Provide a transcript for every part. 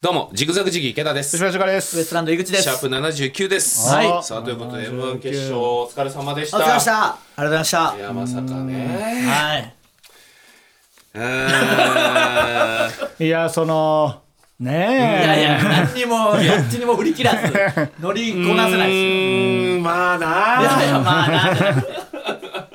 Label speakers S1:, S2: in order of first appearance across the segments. S1: どうも、ジグザグジギー池田です。
S2: 吉村塚で
S3: ウエス
S2: す
S3: ト。ランド井口です。
S1: シャープ79です。
S2: はい
S1: さあ、ということで、
S2: 79
S1: M1 決勝、お疲れ様でし
S3: お
S1: た。
S3: 疲れ様でした。ありがとうございました
S1: い。や、まさかね。
S3: はい。
S1: うーん
S2: いや、その、ねえ。
S3: いやいや、何にも、何にも振り切らず、 乗りこなせないですよ。
S1: うーん、まあ
S3: い
S1: な
S3: やいや、まあ、なんで
S2: う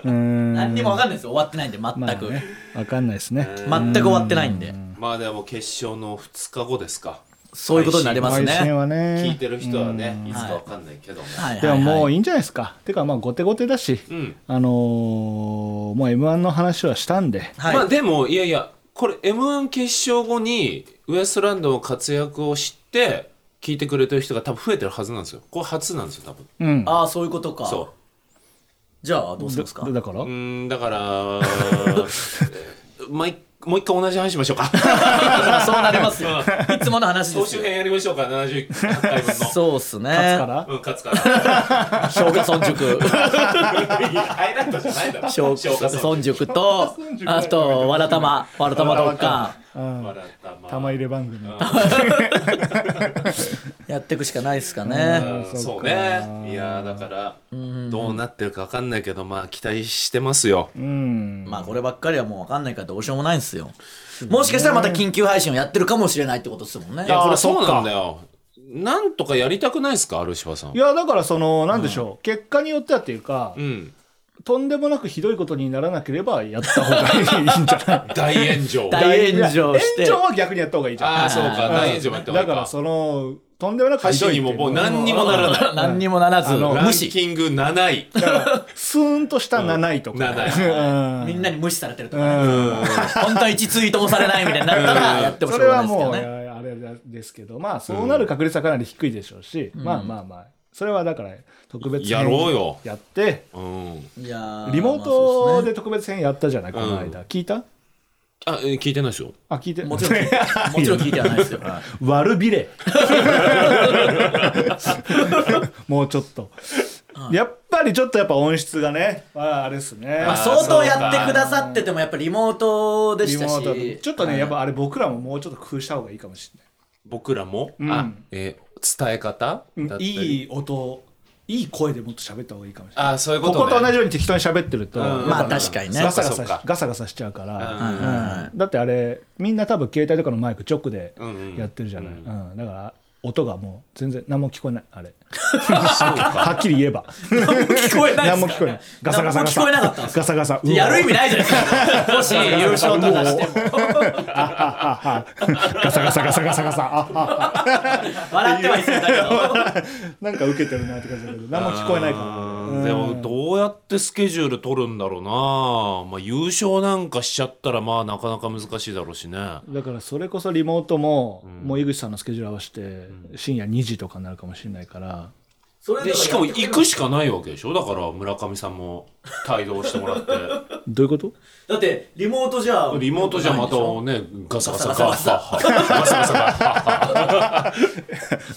S2: ーん。
S3: 何にもわかんないですよ。終わってないんで、
S2: まあ
S3: 全く。
S2: ね、わかんないですね。
S3: 全く終わってないんで。
S1: まあでも、決勝の2日後ですか。
S3: そういうことになります
S2: 配
S3: ね。
S2: 信は
S1: 聞い
S2: ね。
S1: てる人はね、いつかわかんないけども。
S3: はいはい
S2: で
S3: はい
S2: ももういいんじゃないですか。てか、まあ、後手後手だし、
S1: うん。
S2: あのー、もう M1 の話はしたんで、
S3: はい
S1: まあでも、いやいや、これ、M1 決勝後に、ウエストランドの活躍を知って、聞いてくれてる人が多分増えてるはずなんですよ。これ初なんですよ、多分。
S2: うん。
S3: ああ、そういうことか。
S1: そう。
S3: じゃあ、どうするんですか
S2: だだから、
S1: うーんだから まあいもう一回同じ話しましょうか
S3: そうなりますよ。 いつもの話で
S1: 総
S3: す
S1: 集
S3: よ。
S1: 編やりましょうか78回分の
S3: そうっすね。
S2: 勝つから、
S1: うん勝つから
S3: 消化村 塾。
S1: いやハイライトじゃないだろ
S3: 消化村塾と、あと、わらたま、わらたま六巻。
S2: うん
S1: 笑ったまあ
S2: 玉入れ番組。
S3: やっていくしかないですかね。
S1: うんそうねいやーだからどうなってるか分かんないけどまあ期待してますよ
S2: うん。
S3: まあこればっかりはもう分かんないからどうしようもないんですよ。もしかしたらまた緊急配信をやってるかもしれないってことですもんね
S1: い。や
S2: あー
S1: これそうなん
S2: そっか
S1: だよなんとかやりたくないですかアルシファさん
S2: いや、だから、その、なんでしょう。結果によってはっていうか
S1: う、ん
S2: とんでもなくひどいことにならなければ、やった方がいいんじゃない
S1: 大炎上
S3: 大炎上して
S2: いや炎上は逆にやった方がいいじゃん。
S1: ああそうか
S2: うん
S1: 大炎上もやってもい
S2: だ
S1: い
S2: から
S1: か
S2: そのとんでもなくひどいって
S1: 箸に
S2: い
S1: も
S2: う
S1: もう何にもならない
S3: い。何にもならず、
S1: ラン
S3: 無視。
S1: キング7位
S2: だからスーンとした7位とか、
S1: うん7
S2: うん
S3: みんなに無視されてると
S2: う
S3: か、ね。
S2: ん
S3: 本当は1ツイートもされないみたいになったらやってもしょ
S2: そう
S3: が
S2: れ
S3: な
S2: はい
S3: ですけ
S2: も
S3: ど
S2: う
S3: ね。
S2: あれですけどまあそうなる確率はかなり低いでしょうし、まあまあまあそれはだから特別編
S1: やろうよ
S2: やって
S1: うん
S3: いやー
S2: リモー
S3: まあそ
S2: ト
S3: うっすね
S2: で特別編やったじゃないこの間、聞いた
S1: あえー聞いてないですよ
S2: あ 聞いて
S3: もちろん聞いて、もちろん聞いてはないですよ。はい
S2: 悪 びれもうちょっとやっぱりちょっとやっぱ音質がねああれですね、
S3: まあ相当やってくださっててもやっぱリモートで
S2: リ
S3: し
S2: モ
S3: た
S2: ートで
S3: し。
S2: ちょっとね、
S3: はい
S2: やっぱあれ僕らももうちょっと工夫した方がいいかもしれない
S1: 僕らも、
S2: うん
S1: あえー伝え方だったり
S2: いい音いい声でもっと喋った方がいいかもしれない
S1: あそういうこ、
S2: こと
S1: ね、
S2: こと同じように適当に喋ってると、
S1: うん
S2: やっぱ
S3: まあ確かにね
S2: ガサガ
S1: そ
S2: サ
S1: っ
S2: し
S1: か
S2: ガサガサしちゃうから、
S1: うん
S2: うんだってあれみんな多分携帯とかのマイク直で
S1: うんうん
S2: やってるじゃない、
S1: う
S2: うん
S1: ん
S2: だから音がもう全然何も聞こえない あれ
S1: そうか
S2: はっきり言えば
S3: 聞こえないっ
S2: 何
S3: す
S2: も
S3: か
S2: 聞こえないガサガサガサ
S3: 何も聞こえなかったんですか
S2: ガサガサ
S3: やる意
S2: 味
S3: 味ないじゃないですか。もし優勝とかしても。
S2: ガサガサガサガサガサああ あ
S3: 笑ってはいそうだけど。
S2: なんか受けてるなって感じだけど何も聞こえないから、
S1: うんでもどうやってスケジュール取るんだろうな、まあ、優勝なんかしちゃったらまあなかなか難しいだろうしね
S2: だからそれこそリモートも、もう井口さんのスケジュール合わせて深夜2時とかになるかもしれないから、
S3: それ
S1: でしかも行くしかないわけでしょだから村上さんも帯同してもらって
S2: どういうこと
S3: だってリモートじゃ
S1: リモートじゃまたねガサガサガサガ
S3: ガサ
S1: サガサガサガサ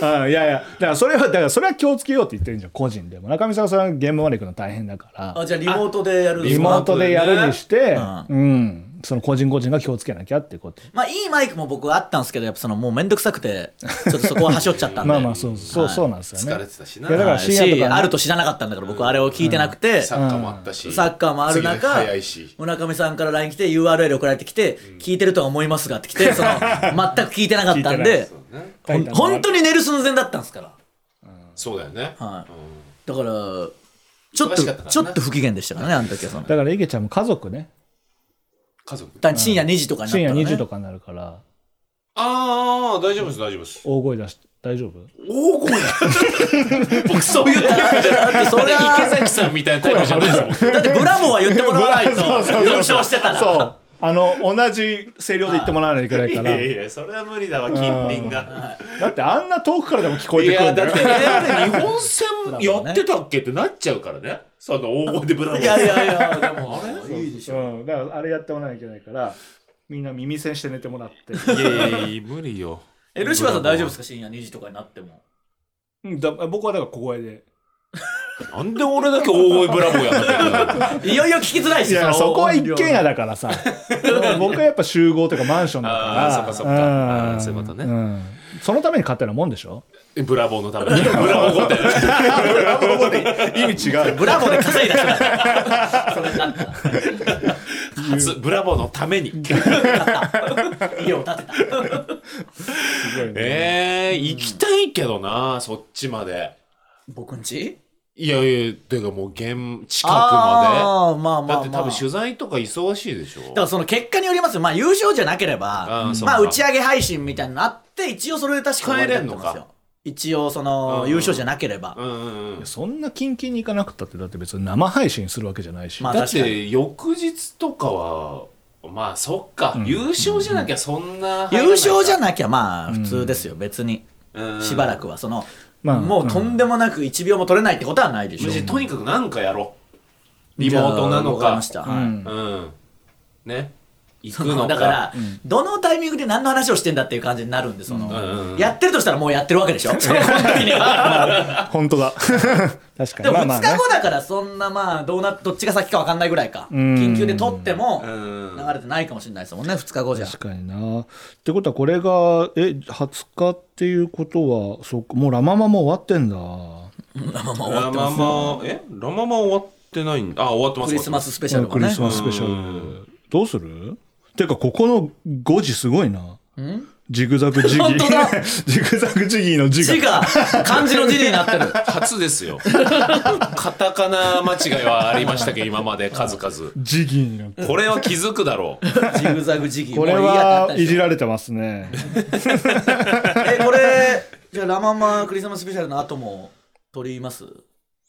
S2: ああいやいやだからそれはだからそれは気をつけようって言ってるんじゃん個人で村上さんはそれは現場まで行くの大変だから
S3: あじゃあリモートでやるんです
S2: リ
S3: か
S2: モートでやるにして、
S3: あ
S2: うん、その個人個人が気をつけなきゃってこと
S3: まあいいマイクも僕あったんですけどやっぱそのもうめんどくさ くてちょっとそこははしょっちゃったんで
S2: まあまあそうそう、
S3: はい
S2: そうなんですよ
S1: 疲れ
S2: ね
S1: てたし
S2: いやだ
S1: な
S2: か
S3: は
S2: ら
S3: い
S2: 深夜とかね
S3: しあると知らなかったんだから僕あれを聞いてなくて、
S1: サッカーもあったし、
S3: サッカーもある
S1: 次の日
S3: 中
S1: 早いし
S3: 村上さんから LINE 来て URL 送られてきて、聞いてるとは思いますがって来 てその全く聞いてなかったんで
S1: そうだね
S3: ほん本当に寝る寸前だったんですから
S1: そうだよね、
S3: はい
S1: うん
S3: だからちょっ
S1: 忙
S3: と
S1: しかったからな
S3: ちょっと不機嫌でしたからねあの時はその
S2: だから池ちゃんも家族ね
S1: 家族
S3: だ深夜2時とかになっ
S2: 深
S3: た
S2: 夜
S3: ら、ね、
S2: 2時とかになるから
S1: ああ大丈夫です大丈夫です
S2: 大声出して大丈夫
S1: 大声 僕そういうタイプじゃなくてそれは池崎さんみたいなタイプじゃないですもん
S3: だ ってブラボーは言ってもらわないと 優勝してたら
S2: そうあの同じ声量で言ってもらわないといけないから
S1: いやそれは無理だわ近隣が
S2: だってあんな遠くからでも聞こえ
S1: い
S2: てくる
S1: や
S2: んだ
S1: だっ
S2: よ
S1: てね日本戦やってたっけってなっちゃうからねその大声でブラボー
S3: いやいやいやでもいいでしょ
S2: うん、だからあれやってもらわなきゃいけないからみんな耳栓して寝てもらって
S1: いやいやいや無理よ
S3: えルシファーさん大丈夫ですか深夜2時とかになっても
S2: うんだ僕はだから小声で
S1: なんで俺だけ大声ブラボーやんなきゃいけない
S3: いよいよ聞きづらいし
S2: いや
S3: の
S2: そこは一軒家だからさ僕はやっぱ集合とかマンションだから
S1: あーそっかそっか
S2: ん
S1: あーそういうことね
S2: んそのために買ったようなもんで しょ
S1: えブラボーのためにブラボー御殿
S2: 意味違う
S3: ブラボーで稼いだ人だから
S1: 初ブラボーのために
S3: 家を建てた
S2: すごいね
S1: えー、行きたいけどなそっちまで
S3: 僕んち
S1: いやいやてかもう現近くま
S3: あーまあ
S1: で
S3: まあまあ
S1: だって多分取材とか忙しいでしょ
S3: だからその結果によりますよ、まあ、優勝じゃなければ
S1: あーそうか
S3: まあ、打ち上げ配信みたいなのあって一応それで確か終わりだったんですよ
S1: 帰れんのか
S3: 一応そ
S1: うん
S3: の
S1: うん
S3: 優勝じゃなければ、
S1: うんうんうん
S2: そんなキンキンに行かなくたってだって別に生配信するわけじゃないし、
S3: まあ
S1: だっ
S3: 確か
S1: て翌日とかはまあそっか、優勝じゃなきゃそんな
S3: 優勝じゃ
S1: な
S3: なきゃまあ普通ですよ、別に
S1: うん
S3: しばらくはその、
S2: まあ
S3: もうとんでもなく1秒も取れないってことはないでしょ
S1: むしろとにかくなんかやろうリモートなの
S3: じゃあわり
S1: か
S3: ました、
S2: う
S3: は
S2: ん
S3: い
S1: うん ね行く
S3: そ
S1: の
S3: の
S1: か
S3: だから、どのタイミングで何の話をしてんだっていう感じになるんでその、
S1: んうんうん
S3: やってるとしたらもうやってるわけでしょその時には
S2: 本当だ確か
S3: で
S2: に
S3: も
S2: まあ
S3: 2
S2: まあ
S3: 日後だからそんなまあどうなどっちが先か分かんないぐらいか
S2: うん
S3: 緊急で撮っても
S1: うん
S3: 流れてないかもしれないですもんね2日後じゃ
S2: 確かになってことはこれがえ20日っていうことはそっかもうラ・ママも終わってんだ
S1: ラママえラママ終わってないんあ終わってます
S3: クリスマススペシャルも
S2: クリ
S3: ね
S2: スマススペシャルどうするてかここの5時すごいなジグザグジギ
S3: 本当だ
S2: ー ジグザグジギーの字が
S3: 字が漢字の字になってる
S1: 初ですよカタカナ間違いはありました けど今まで数々
S2: ジギーになって
S1: これは気づくだろ う
S3: ジグザグジギー
S2: これ
S3: もういいやってなった
S2: は
S3: で
S2: い
S3: し
S2: じ
S3: ょ
S2: られてますね
S3: えこれじゃあラ・ママクリスマススペシャルの後も撮ります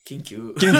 S3: 緊急
S1: クリ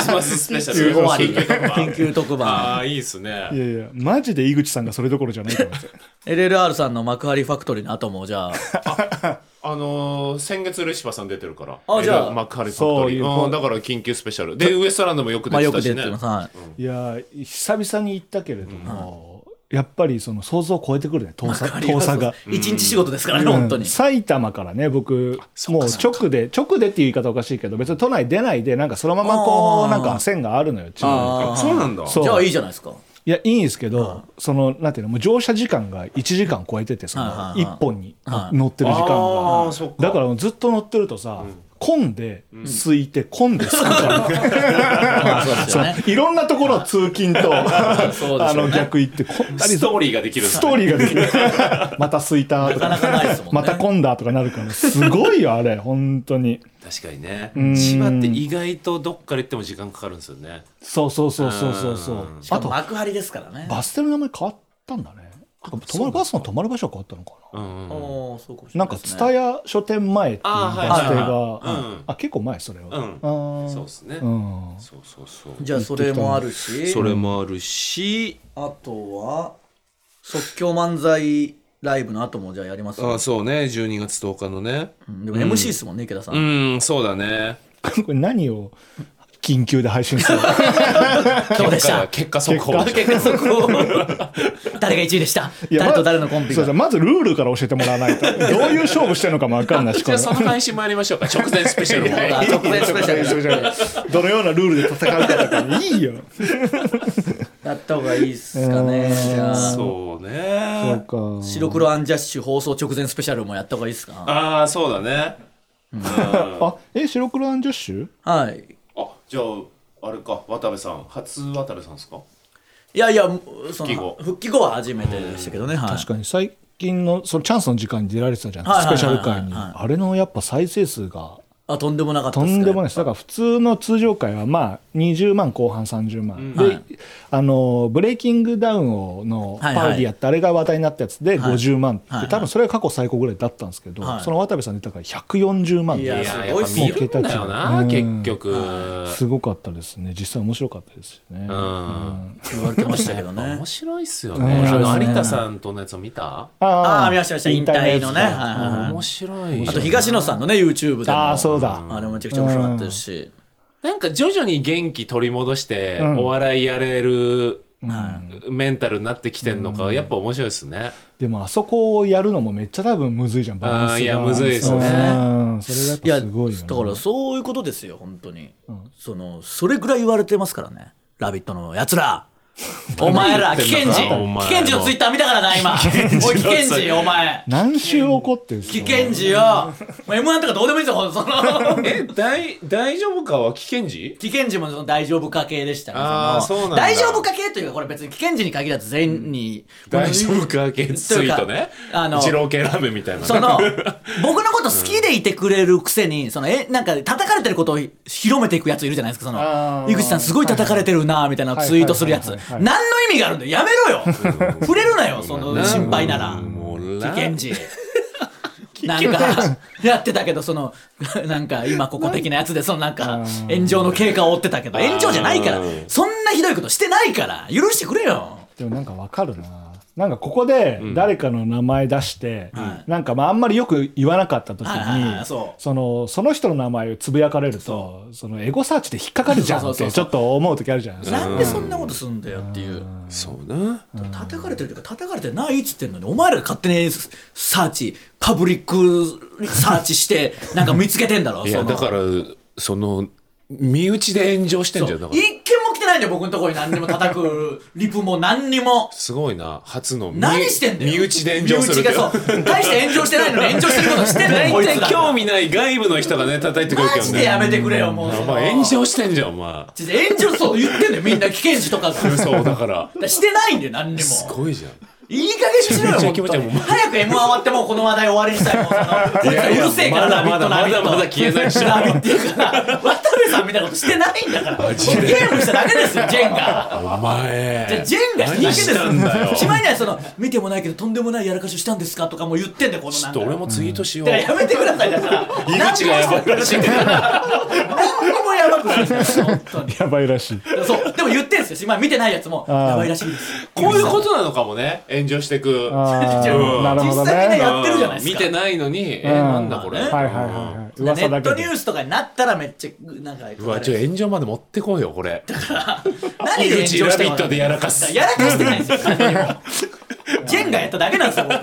S1: スマススペシャル
S3: 終わり
S1: 緊急特番
S3: 緊急特番
S1: ああいいです
S2: い
S1: ね
S2: やいやマジで井口さんがそれどころじゃないと思って
S3: LLR さんの幕張ファクトリーの後 もじゃあ
S1: あのー、先月レシパさん出てるから
S3: あじゃあ
S1: エルマックハリファク
S2: そ
S1: ト
S2: う
S1: リ
S2: いう
S1: ーうんだから緊急スペシャルでウエストランドもよく出
S3: まあ
S1: て
S3: よ
S1: た
S3: く
S1: し
S3: 出
S1: ね
S3: てますはい
S2: いや久々に行ったけれども、やっぱりその想像を超えてくるね遠さ遠さが。
S3: 一日仕事ですからね本当
S2: うん
S3: に
S2: 埼玉からね僕もう直で直でっていう言い方おかしいけど別に都内出ないでなんかそのままこ
S3: あ
S2: う
S3: ー
S2: なんか線があるのよ地方
S3: あ
S1: あそうなんだ
S2: そう
S3: じゃあいいじゃないですか
S2: いやいいんですけどそのなんていうのもう乗車時間が1時間超えててその
S3: はいはいはい
S2: 1本に
S3: はい
S2: 乗ってる時間
S1: あーそっ
S2: が
S1: か
S2: だからもうずっと乗ってるとさ混んで空いて混んで空い て
S3: まあそうです
S2: そ
S3: よ
S2: う
S3: ね
S2: いろんなところを通勤とあ
S3: そうですよ
S2: の
S3: ね
S2: 逆行ってこんなに
S1: ストーリーができるんだ
S2: ストーリーができる また空いたと
S3: なかなかないですもんね
S2: また混んだとかなるからすごいよあれ本当に
S1: 確かにね
S2: ん
S1: 千葉って意外とどっから行っても時間かかるんですよね
S2: そうそうそうそうそうそう
S1: うん
S3: し
S2: あ
S3: かも
S2: と
S3: 幕張ですからね
S2: バス停の名前変わったんだねてか泊まるバスの泊まる場所が変わったのかな
S1: うんうん
S3: おーそうかもしれ
S2: なん
S3: い
S2: か
S3: ですね
S2: 蔦屋書店前っていう
S1: あ
S2: バ
S1: ー
S2: ス
S1: はい
S2: 停
S1: はいはい
S2: が
S1: うん
S2: あ結構前それは
S1: うん
S2: あー
S1: そうですね
S2: うん
S1: そうそうそう
S3: じゃあそれもあるし
S1: それもあるし
S3: あとは即興漫才ライブの後もじゃあやります
S1: あそうね12月10日のね
S3: うんでも MC ですもんね池田さん
S1: うんそうだ ね
S2: これ何を緊急で配信する
S3: どうでした
S1: 結果結果速報
S3: 結果そ こ 誰が1位でした
S2: いや
S3: 誰
S2: ま
S3: と誰のコンビ
S2: そう
S3: が
S2: そうまずルールから教えてもらわないとどういう勝負してるのかも分かんないし
S1: じ ゃあその配信もやりましょうか直前スペシャル も
S3: あ直前スペシャル
S2: どのようなルールで戦うかとかいいよ
S3: やった方がいいっすかねじゃあ
S1: そう
S2: そう
S1: ね
S2: か
S3: 白黒アンジャッシュ放送直前スペシャルもやった方がいいっすか
S1: ああそうだね
S2: あえ白黒アンジャッシュ
S3: はい
S1: あじゃああれか渡部さん初渡部さんですか
S3: いやいやそ
S1: 帰後
S3: の復帰後は初めてでしたけどねはい
S2: 確かに最近のそのチャンスの時間に出られてたじゃん、
S3: はいはいはい
S2: スペシャル回に、
S3: はい
S2: あれのやっぱ再生数が
S3: あとんでもなかっ
S2: と
S3: たっすね
S2: んでもないですだから普通の通常回はまあ20万後半30万、で、
S3: はい
S2: あのブレイキングダウンをのパ
S3: はい
S2: ロ
S3: はい
S2: ディやって、あれが話題になったやつで
S3: はい
S2: 50万って、
S3: はいはい
S2: 多分それが過去最高ぐらいだったんですけど、
S3: はい
S2: その渡部さん出たから140万
S3: い
S1: い
S3: や
S2: です
S1: ややっ
S3: ごい
S1: ぱ
S3: っす
S1: 見
S3: ね
S1: るんだよな
S2: うん
S1: 結局
S2: すごかったですね実際面白かったですよね、
S1: うん
S3: 言われてましたけどね
S1: 面白いっすよ
S2: 面
S1: ねあ
S2: 白いです
S1: の
S2: ね
S1: 有田さんとのやつを見た
S3: ああ見ました見ました引退のね
S2: 引退や
S3: はい
S2: つ
S3: はいはい
S1: 面白い
S3: あと東野さんのね YouTube でも
S2: あーそうだ
S3: あれもめちゃくちゃ面白かったですし
S1: なんか徐々に元気取り戻して
S2: ん
S1: お笑いやれる
S2: うん
S1: メンタルになってきてんのか、やっぱ面白いですね。
S2: でもあそこをやるのもめっちゃ多分むずいじゃんバランスが
S1: あーいやむずいですね
S2: うんそれがやっぱ
S3: いや
S2: すごいよね
S3: だからそういうことですよ本当に、
S2: ん
S3: そのそれぐらい言われてますからね「ラビット!」のや つらお前ら危険
S1: 何言ってんだお前
S3: 人危険人のツイッター見たからな今おい危険人お前
S2: 何周怒ってるんです
S3: 危
S2: か
S3: 険人よ、まあ、M1 とかどうでもいいですよその
S1: え、大、大丈夫かは危険時
S3: 危険人もその大丈夫家系でしたね
S1: あー
S3: の
S1: そうなんだ
S3: 大丈夫家系というかこれ別に危険人に限らず全員に、
S1: 大丈夫か系ツイートね。
S3: あの
S1: 二郎系ラーメンみたいな。
S3: その僕のこと好きでいてくれるくせにそのえなんか叩かれてることを広めていくやついるじゃないですかそ
S2: あ
S3: の
S2: ー
S3: 井口さんすごい叩かれてるなみたいなツイートするやつ
S2: はいはいはいは
S3: 何
S2: い
S3: の意味があるんだよやめろよ触れるなよその心配なら
S1: もう
S3: 危
S1: ラ
S3: 険時なんかやってたけどそのなんか今ここ的なやつでそのなんか炎上の経過を追ってたけど炎上じゃないから
S1: うん
S3: そんなひどいことしてないから許してくれよ
S2: でもなんかわかるな。なんかここで誰かの名前出して、
S3: はい
S2: なんかまああんまりよく言わなかった時
S3: はいはいはいは
S2: に
S3: いそう
S2: のその人の名前をつぶやかれるとそのエゴサーチで引っかかるじゃん
S3: そう
S2: っ
S3: そうそう
S2: て
S3: そ
S2: ち
S3: う
S2: ょっと思う時あるじゃん。
S3: なんでそんなことすんだよっていう。
S1: そうな。
S3: 叩かれてるというか叩かれてないっつってんのにお前らが勝手にサーチパブリックサーチしてなんか見つけてんだろ
S1: いや、
S3: その
S1: だから、その、身内で炎上してんじゃん。だ
S3: そう
S1: から
S3: 一件も来てないんだよ僕のところに何にも叩くリプも何にも
S1: すごいな。初の身
S3: 何してんだよ
S1: 身内で炎上する
S3: 身内 がそう大して炎上してないのに炎上してることしてんだよこいつら
S1: 興味ない外部の人がね、叩いてくるけ
S3: マ
S1: ど
S3: ジでや
S1: ね。
S3: めてくれよもう
S1: お前炎上してんじゃん、お前。
S3: ちょっと炎上そう言ってんだよみんな危険児とかが
S1: そうだ から。
S3: してないんだよ何にも
S1: すごいじゃん。
S3: いい加減しろよ、
S1: めちゃめちゃ気持
S3: 本
S1: ち
S3: 当
S1: 悪い
S3: に早く M1 終わってもうこの話題終わりにしたい。もうそのこいつらうるせえから、
S1: いやいやまだまだ
S3: ラビットラビット
S1: まだ消えないし
S3: ラビット言うから、渡部さんみたいなことしてないんだから。ゲームしただけですよ、ジェン
S1: お
S3: が。
S1: 前。
S3: じゃあジェンがしただけで
S1: 何
S3: す
S1: したんだよ。
S3: しまいにはその、見てもないけどとんでもないやらかしをしたんですかとかも言ってんだよ、このなん
S1: ちょ
S3: か
S1: っと俺もツイートしよう。
S3: だからやめてください、だから。
S1: 井口がやばいらしい。
S3: 何にもやばくないですよ、本当に。
S2: やばいら しい。
S3: そう、でも言ってんすよ、しまい見てないやつも、
S2: ああ
S3: やばいらしいです。
S1: こういうことなのかもね、炎上してく。
S2: あーなるほど
S3: 実際みん
S2: ね。
S3: なやってるじゃないですか
S1: 見てないのに、えー、
S2: うん
S1: なんだこれ。
S2: はいはいはいはい。
S3: ネ
S2: 噂
S3: ッ
S2: だ
S3: ト
S2: け
S3: ニ
S2: で
S3: ュ。ースとかになったらめっちゃ、なんか、
S1: うわ、ちょ、炎上まで持ってこいよ、これ。
S3: 何で炎上してんの
S1: 井口ラビットでやらかす
S3: やらかしてないんですよ 何にもジェンがやっただけなんですよ僕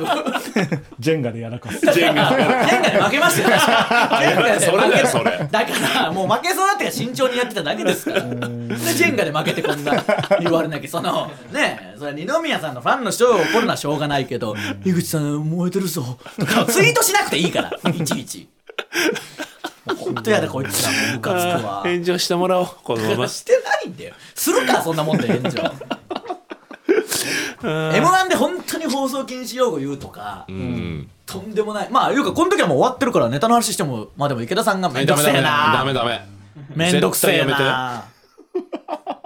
S2: ジェンガでやらかす。
S3: ジェンガで負けましたよ確かにジェンガで負け
S1: それだよそれ
S3: だからもう負けそうだってから慎重にやってただけですからでジェンガで負けてこんな言われなきゃそのねえそれは二宮さんのファンの人が怒るのはしょうがないけど「井口さん燃えてるぞ」とかツイートしなくていいからいちいち本当やだこいつらもうムカつくわ
S1: 炎上してもらおう、このま ま。
S3: してないんだよするかそんなもんで炎上 m 1で本当に放送禁止用語言うとか、
S1: うん。
S3: とんでもないまあいうかこの時はもう終わってるからネタの話してもまあでも池田さんがめんど
S1: ダ
S3: く
S1: メダメ
S3: せえ
S1: ダ
S3: な
S1: メダメ。
S3: めんどくせえ
S1: 絶対や
S3: な
S1: めて。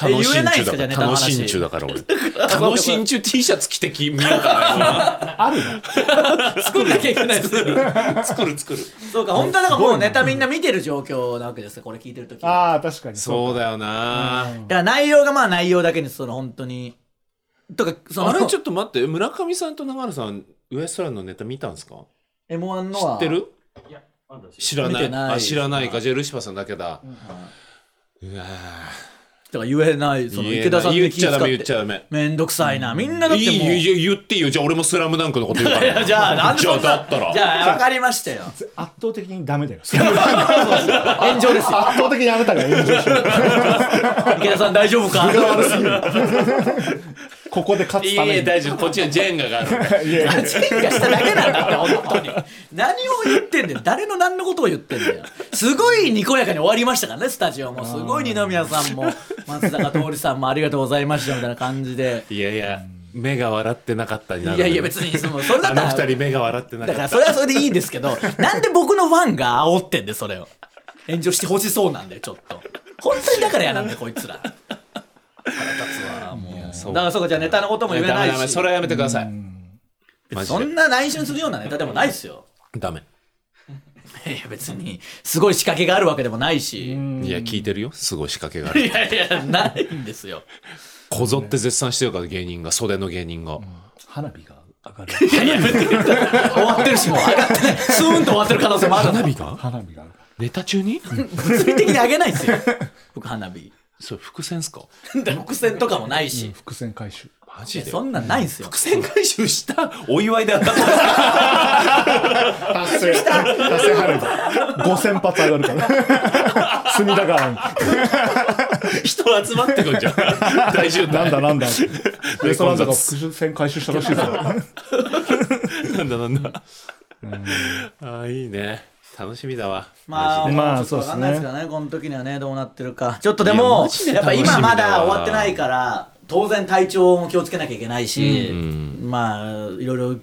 S1: 楽し
S3: え言え
S1: ん
S3: ない
S1: ち
S3: ん
S1: ゅ
S3: すかじゃあ
S1: だ
S3: ネ
S1: か
S3: タ
S1: ら。
S3: の
S1: 楽
S3: 話
S1: しんちゅだから、俺。楽しんちゅ T シャツ着てき見よう か
S2: あるの
S3: 作んなきゃいけないです
S1: な。作る作る。
S3: そうか本当はだからもうネタみんな見てる状況なわけですよこれ聞いてる時だか
S2: ああ、確 かに。
S1: そうだよな。
S3: ら内容がまあ内容だけにその本当にとかその
S1: あれちょっと待って、村上さんと永原さん、ウエストランドのネタ見たんですか
S3: m 1の
S1: 知
S3: は
S1: ってる知ら
S3: 見
S1: な
S3: て
S1: い。
S3: ない
S1: あ、知らないか。じゃあ、ルシファーさんだけだ。うわ
S3: とか言えないその池田さん
S1: 言えない言
S3: に
S1: っ
S3: 気
S1: ちゃダ
S3: 使
S1: メ、
S3: っ
S1: 言ってちゃダメ。
S3: めんどくさいな。みんなだっ
S1: い
S3: て
S1: い
S3: もう。
S1: よいいよ言っていいよじゃあ俺も「スラムダンクのこと言うか
S3: いや
S1: ら
S3: じゃあ、なんで
S1: じゃあ
S3: そん
S1: だ
S3: な
S1: った
S3: じ
S1: ら
S3: ゃあ、わかりましたよ。
S2: 圧倒的にダメだよ。
S3: 炎上ですよ。
S2: 圧倒的にあなたが炎上してる。
S3: 池田さん大丈 夫か
S2: ここで勝
S1: い
S2: つ
S1: い
S2: ため
S1: え
S2: に。
S1: 大丈夫こっちはジェンガがあるから
S2: いやいや
S3: 事件がしただけなんだって、本当に。何を言ってんだよ。誰の何のことを言ってんだよ。すごいにこやかに終わりましたからね、スタジオも。すごい二宮さんも、松坂桃李さんもありがとうございました、みたいな感じで。
S1: いやいや目が笑ってなかったに
S3: い
S1: なる
S3: やいや、別に、その、それだ
S1: あ
S3: った
S1: の
S3: ら。
S1: 二人目が笑ってなか
S3: だ
S1: っ
S3: から
S1: た
S3: それはそれでいいんですけど、なんで僕のファンが煽ってんで、それを。炎上してほしそうなんだよ、ちょっと。本当にだから嫌なんだよ、こいつら。腹立つわ、もう。
S1: そう
S3: だからそうか、じゃあネタのことも言え
S1: ダ
S3: な
S1: メ
S3: い
S1: ダメ
S3: し。
S1: それはやめてくださいマジ
S3: そん
S1: で
S3: な内緒にするようなネタでもないですよ。
S1: ダメ
S3: いや、別に、すごい仕掛けがあるわけでもない
S1: い
S3: し。
S1: や聞いてるよすごい仕掛けがあ
S3: い
S1: る
S3: やいや、ないんですよ。
S1: こぞって絶賛してるから芸人が袖の芸人が
S2: 花火が上がる。
S3: いやいや、別に終わってるし、もう上がってない。スーンと終わってる可能性もある。
S1: 花火が
S2: 花火が上がる。
S1: ネタ中に
S3: 物理的に上げないですよ。僕、花火。
S1: それ伏線っすか
S3: で伏線とかもないし、
S2: 伏線回収
S1: マジで
S3: そんなんないんすよ
S1: 伏線回収したお祝いであった
S2: 達成達成花火5000発上がるから隅田川に
S1: 人集まってくんじゃん 大丈夫
S2: なんだなんだレストラン
S1: 混
S2: とか
S1: 雑
S2: 伏線回収したらしいぞ
S1: なんだなんだああいいね楽しみだわ
S3: まあ、
S2: まあ
S3: ちょっとわかんないですからね、この時にはね、どうなってるか。ちょっとで
S1: いや
S3: も
S1: マジ、で
S3: やっぱ
S1: 楽しみだわ
S3: 今まだ終わってないから、当然体調も気をつけなきゃいけないし、
S1: うん
S3: まあ、いろいろ、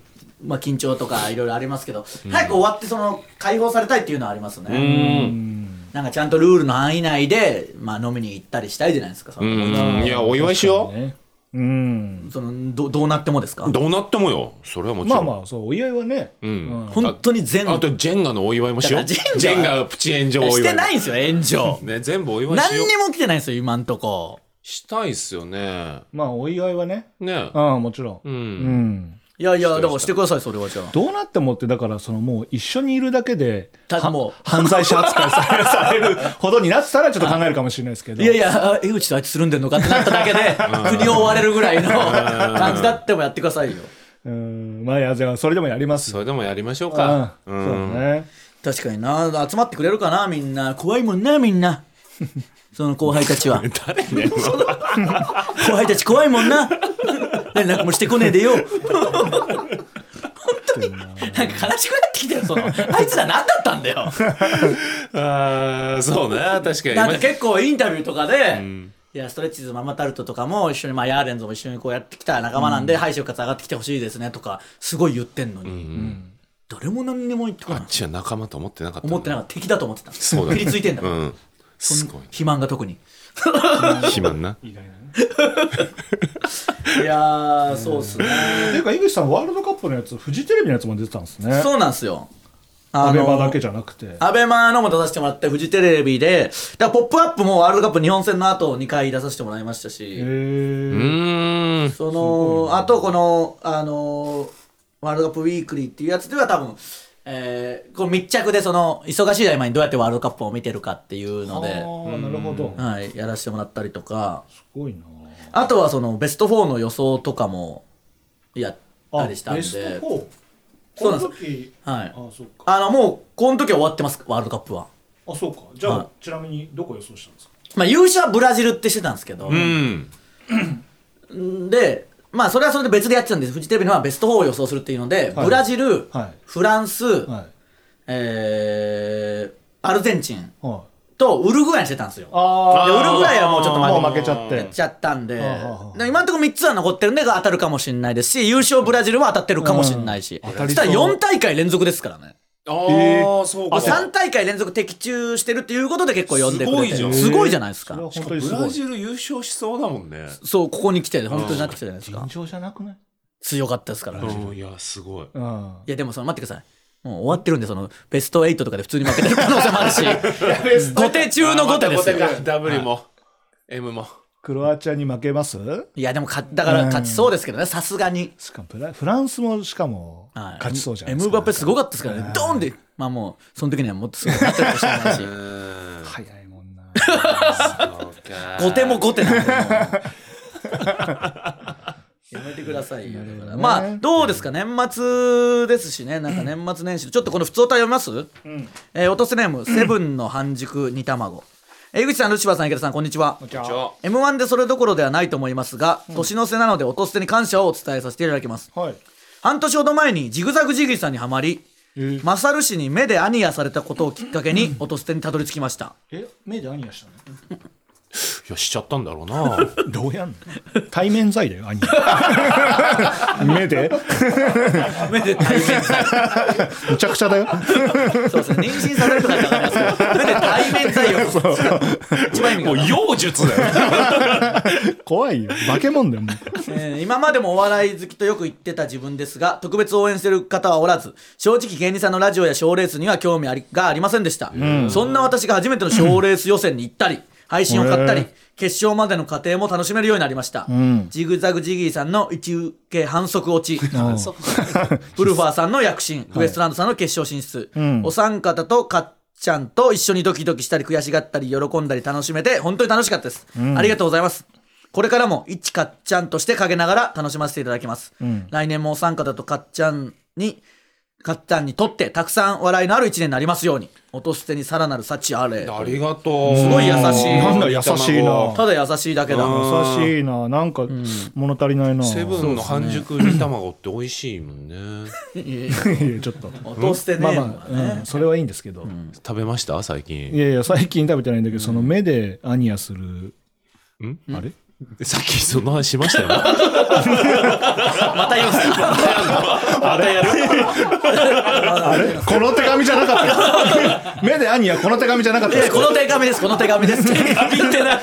S3: まあ、緊張とかいろいろありますけど、早く終わって、その、解放されたいっていうのはあります
S1: う
S3: ね。
S1: ん
S3: なんかちゃんとルールの範囲内で、まあ、飲みに行ったりしたいじゃないですか。その
S1: うんいやお祝いしよう
S2: ねうん
S3: そのどどうなってもですか
S1: どうなってもよそれはもち
S2: ま
S1: ろ
S2: あ
S1: ん
S2: まあそうお祝いはね
S1: うん
S3: 本当に全
S1: あとジェンガのお祝いもしよう
S3: だからジェンガ
S1: ジェンガプチ炎上お祝い。
S3: してないんですよ、炎上
S1: ね全部お祝いし
S3: 何
S1: よう
S3: にも来てないんですよ、今んとこ。
S1: したいっすよね
S2: まあお祝いはね
S1: ね
S2: ああもちろ
S1: うん
S2: うんん
S3: いやいや、だからしてください、それはじゃあ。
S2: どうなってもってだからそのもう一緒にいるだけで
S3: ただ
S2: は
S3: もう
S2: 犯罪者扱いされされるほどになってたらちょっと考えるかもしれないですけど
S3: いやいや、あ江口とあいつするんでんのかってなっただけで、国を追われるぐらいの感じだってもやってくださいよ。
S2: うんまあいやじゃあそれでもやります
S1: それでもやりましょうか
S2: ああ
S1: う
S2: そうんね
S3: 確かにな、集まってくれるかな、みんな。怖いもんな、みんな。その後輩たち は。
S1: 誰ね
S3: 後輩たち怖いもん な。連絡もしてこねえでよ。本当に、なんか悲しくなってきたよ、その。あいつら何だったんだよ。
S1: ああそうね確かに
S3: なんか結構インタビューとかで、いやストレッチーズママタルトとかも一緒に、まあ、ヤーレンズも一緒にこうやってきた仲間なんで、敗者復活上がってきてほしいですねとかすごい言ってんのに、誰も何にも言ってこな
S1: あっ
S3: い
S1: ちは仲間と思ってなかった
S3: 思ってなかった敵だと思ってた
S1: そうだ
S3: ピリついてんだ、
S1: うんすごい
S3: 肥満が特に
S1: 肥満な
S3: いやーそうっすね
S2: っていうか井口さんワールドカップのやつフジテレビのやつも出てたんですね
S3: そうなんすよあ
S2: アベマ
S3: の
S2: だけじゃなくて
S3: アベマのも出させてもらってフジテレビでだからポップアップもワールドカップ日本戦の後2回出させてもらいましたし、
S2: へ
S1: う
S2: え
S1: ーん
S3: その、あとこの、あのーワールドカップウィークリーっていうやつでは多分、えーこう密着でその、忙しい合間にどうやってワールドカップを見てるかっていうので、
S2: なるほど
S3: はい、やらせてもらったりとか、
S2: すごいな
S3: あとはその、ベスト4の予想とかも、やったりしたんで、
S2: 4
S3: そうなんです
S2: 時
S3: はい。
S2: そうか
S3: あの、もう、この時は終わってます、ワールドカップは。
S2: あそうかじ
S3: ゃあはい
S2: ちなみにどこ予想したんですか
S3: まあ、優勝はブラジルってしてたんですけど、
S1: うん
S3: で、まあ、それはそれで別でやってたんです。フジテレビのはベスト4を予想するっていうので、
S2: はい
S3: ブラジル、
S2: はい
S3: フランス、
S2: はい
S3: えー、アルゼンチン
S2: はい
S3: とウルグアイにしてたんですよ。
S2: あ
S3: でウルグアイはもうちょっと
S2: もう
S3: 負
S2: 負けちゃっ
S3: け
S2: て
S3: ちゃったんで
S2: ああああ
S3: で今のところ3つは残ってるんで当たるかもしれないですし優勝ブラジルは当たってるかもしれないし、
S2: うん当た
S3: そ
S2: り
S3: し
S2: そ
S3: た
S2: う
S3: ら4大会連続ですからね。
S1: あ
S2: え
S1: あ
S2: ー
S1: そうか
S3: 3大会連続的中してるっていうことで結構呼んでくれて
S1: すごいじゃん
S3: すごいじゃないですか
S2: それは。本当に
S1: ブ
S2: す
S1: ラ
S2: ごい
S1: ジル優勝しそうだもんね
S3: そうここに来て本当になってきたじゃないですか
S2: 尋。常じゃなくない
S3: 強かったですからね。い
S1: いやすごい
S2: うん
S3: やでもその待ってください。もう終わってるんでそのベスト8とかで普通に負けてる可能性もあるし5手中の5手ですよ。
S1: W も M も
S2: クロアチアに負けます
S3: いやでもかだから勝ちそうですけどねさすがに、
S2: しかもブラフランスもしかも
S3: はい
S2: 勝ちそうじゃない
S3: エ
S2: で
S3: ム
S2: すか
S3: バペすごかったですからねドーンでまあもうその時にはもっとすごくなってるかもしれないし
S2: 早いもんな
S3: 5手も5手なんでも うやめてくださいよだからまあどうですか年末ですしねなんか年末年始ちょっとこの普通歌読みます、えー、落とせネーム「セブンの半熟煮卵」江口さんルシファーさん池田さんこんにちは
S1: ちょ
S3: m 1でそれどころではないと思いますが、年の瀬なので音捨てに感謝をお伝えさせていただきます
S2: はい
S3: 半年ほど前にジグザグジギーさんにはまり、
S2: え
S3: マサル氏に目でアニヤされたことをきっかけに音捨てにたどり着きました
S2: え目でアニヤしたの
S1: いやしちゃったんだろう な
S2: どうやんの対面罪だよアニヤ 目で
S3: 目で対面罪
S2: むちゃくちゃだよ
S3: そうですね妊娠されるとかじゃないですけど目で対面罪よ一番意味が
S1: もう
S3: わかんない
S1: 妖術だよ
S2: 怖いよ化け物だよもう
S3: えー今までもお笑い好きとよく言ってた自分ですが特別応援してる方はおらず正直芸人さんのラジオや賞ーレースには興味ありがありませんでした、そんな私が初めての賞ーレース予選に行ったり配信を買ったり、
S2: へー
S3: 決勝までの過程も楽しめるようになりました、
S2: ん
S3: ジグザグジギーさんの一受け反則落ち ウルファーさんの躍進、ウエストランドさんの決勝進出、
S2: ん
S3: お三方と勝ちゃんと一緒にドキドキしたり悔しがったり喜んだり楽しめて本当に楽しかったです、ありがとうございますこれからも一かっちゃんとして陰ながら楽しませていただきます、来年もお三方とかっちゃんにかっちゃんにとってたくさん笑いのある一年になりますように音捨てにさらなる幸あれ
S1: ありがとう。す
S3: ごい優しい
S2: なんだ優しいな
S3: ただ優しいだけだ
S1: うん
S2: 優しいななんか物足りないな
S1: セブンの半熟煮卵って美味しいもんね。
S2: いやちょっと
S3: 音捨てね
S2: まあまあ、うん、それはいいんですけど、
S1: 食べました最近
S2: い。やいや最近食べてないんだけどその目でアニヤするあれ
S1: さっきその話しましたよ。あ
S3: また言いますまたやる
S2: あれこの手紙じゃなかった目でアニヤこの手紙じゃなかった
S3: いやこの手紙ですこの手紙 です手紙ってな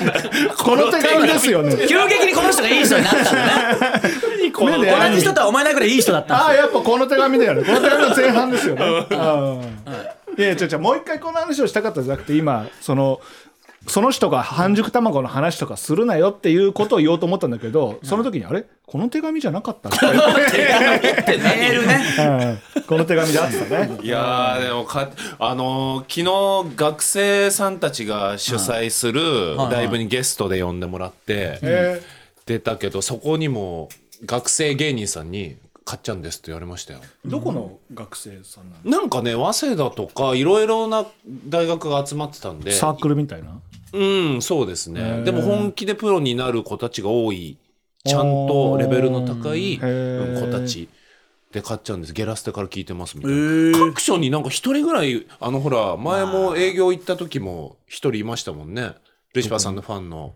S2: この手紙ですよね
S3: 急激にこの人がいい人になったんだね
S2: 目でア
S3: 同
S2: ニヤ
S3: じ人とは思えないぐらいいい人だったんです
S2: ああやっぱこの手紙だよねこの手紙の前半ですよねあーいやいや違う違うもう一回この話をしたかったんじゃなくて今そのその人が半熟卵の話とかするなよっていうことを言おうと思ったんだけどその時にあれこの手紙じゃなかったっけ
S3: ってメールね
S2: うんこの手紙であってたね
S1: いやーでもかあのー昨日学生さんたちが主催する
S3: はい
S1: ライブにゲストで呼んでもらって
S2: え
S1: 出たけどそこにも学生芸人さんに「買っちゃうんです」って言われましたよ。
S2: ーどこの学生さんなの
S1: なんかね早稲田とかいろいろな大学が集まってたんで
S2: サークルみたいな
S1: うんそうですねでも本気でプロになる子たちが多いちゃんとレベルの高い
S2: あー
S1: うん子たちで買っちゃうんですゲラステから聞いてますみたいな。
S3: ー
S1: 各所になんか一人ぐらいあのほら前も営業行った時も一人いましたもんねルシファーさんのファンの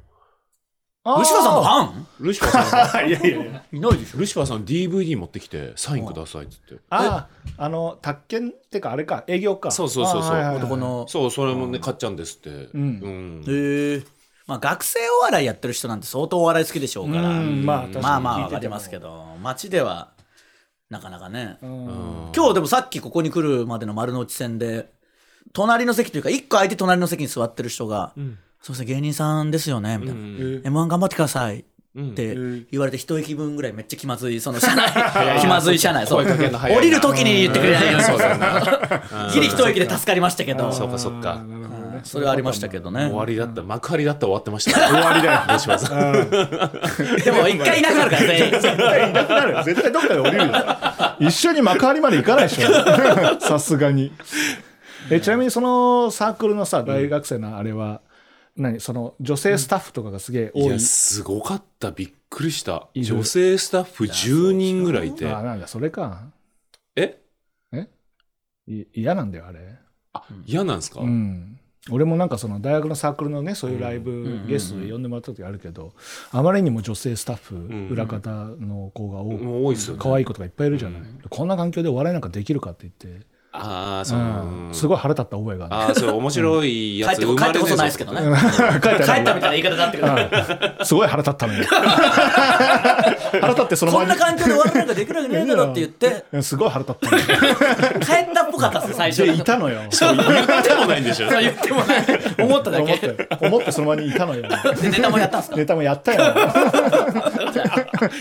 S3: 牛川さんのファン
S1: ルシファーさ
S2: あいやいやいや
S3: いないでし
S1: んルシファーさん DVD 持ってきてサインくださいっつって
S2: あああの宅建ってかあれか営業か
S1: そうそうそうそう
S2: あーはいはいはい
S3: ょこの
S1: そうそれもね買っちゃうんですってうん
S3: へえまあ学生お笑いやってる人なんて相当お笑い好きでしょうから
S2: うんまあ確かに
S3: まあま
S2: 聞いて
S3: あ
S2: ても
S3: わかりますけど街ではなかなかね
S2: うん
S3: 今日でもさっきここに来るまでの丸の内線で隣の席というか一個空いて隣の席に座ってる人が「そうですね芸人さんですよね」みたいな
S2: えー
S3: 「M‐1 頑張ってください」
S1: うん
S3: って
S2: ん
S3: 言われて一駅分ぐらいめっちゃ気まずいその車内気まずい車内そう
S1: 声かけるの早いな
S3: 降りる時に言ってくれないように
S1: そうだな
S3: ギリ一駅で助かりましたけど
S1: そうかそうか
S2: なるほどね
S3: それはありましたけどね
S1: 終わりだった幕張だったら終わってました終わりだよルシファーさん
S3: でも一回いなくなるから全員
S2: いなくなるよ絶対どっかで降りるよ一緒に幕張まで行かないで しょさすがにえちなみにそのサークルのさ大学生のあれは、何その女性スタッフとかがすげ え
S1: い
S2: 多い、
S1: やすごかったびっくりした
S2: いる
S1: 女性スタッフ10人ぐらいいて
S2: あなんだそれか
S1: え
S2: い嫌なんだよあれ
S1: 嫌なんですか
S2: うん俺もなんかその大学のサークルのねそういうライブゲストで呼んでもらった時あるけどあまりにも女性スタッ
S1: ん
S2: フ裏方の子が多く
S1: もう多いですよね
S2: 可愛い子とかいっぱいいるじゃないこんな環境でお笑いなんかできるかって言って
S1: ああそうの
S2: んすごい腹立った覚えがある
S1: ああ、それ面白い
S3: 帰
S1: や
S3: っ
S1: つ
S3: てこ
S1: 生
S3: 帰っ
S1: ま
S3: て
S1: れねえ
S3: こ
S1: ぞ
S3: そないですけどね帰
S2: 書いてあ
S3: った
S2: る
S3: みたいな言い方になってくる
S2: すごい腹立ったの よ腹立ってその
S3: こ
S2: 前
S3: んな
S2: に
S3: 環境で終わるなんかできるわけねえだろって言って
S2: うんすごい腹立ったのよ
S3: 帰ったっぽかったっす最初
S2: でい
S3: に
S2: たのよ
S1: 言ってもないんでしょ。
S3: 言ってもない思っただ
S2: 思っ
S3: け
S2: て思ってその前にいたの よ
S3: でネタもやったんすか
S2: ネタもやったよ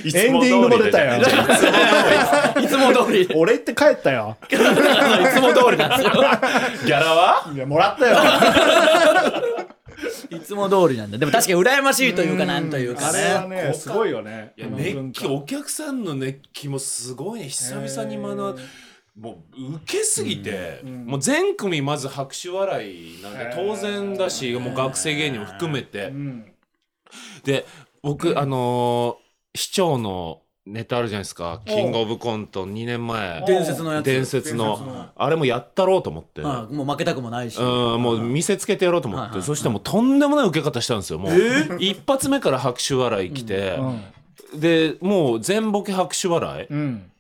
S1: いつも通りで
S2: エンディングも出たよ
S3: いつも通りい
S2: 俺行って帰ったよ
S3: つも通りなんですよ
S1: ギャラはい
S2: やもらった よ
S3: いつも通りなんだでも確かに羨ましいというかなんというか
S2: あれは
S3: ね
S2: ねすごいよね
S1: いや
S2: この
S1: 熱
S2: 文
S1: 気
S2: 化
S1: お客さんの熱気もすごいね久々に目の当もう受けすぎて、もう全組まず拍手笑いなんで当然だし、もう学生芸人も含めて、
S2: うん
S1: で僕あのー市長のネタあるじゃないですか「キングオブコント」2年前
S3: 伝説のやつ
S1: 伝説の
S2: 伝説の
S1: あれもやったろうと思って、
S3: はいもう負けたくもないし
S1: うん、もう見せつけてやろうと思
S3: はい
S1: っ
S3: はい
S1: て、そしてもうとんでもない受け方したんですよ。もう、一発目から拍手笑い来て、で、もう全ボケ拍手笑い。
S2: うん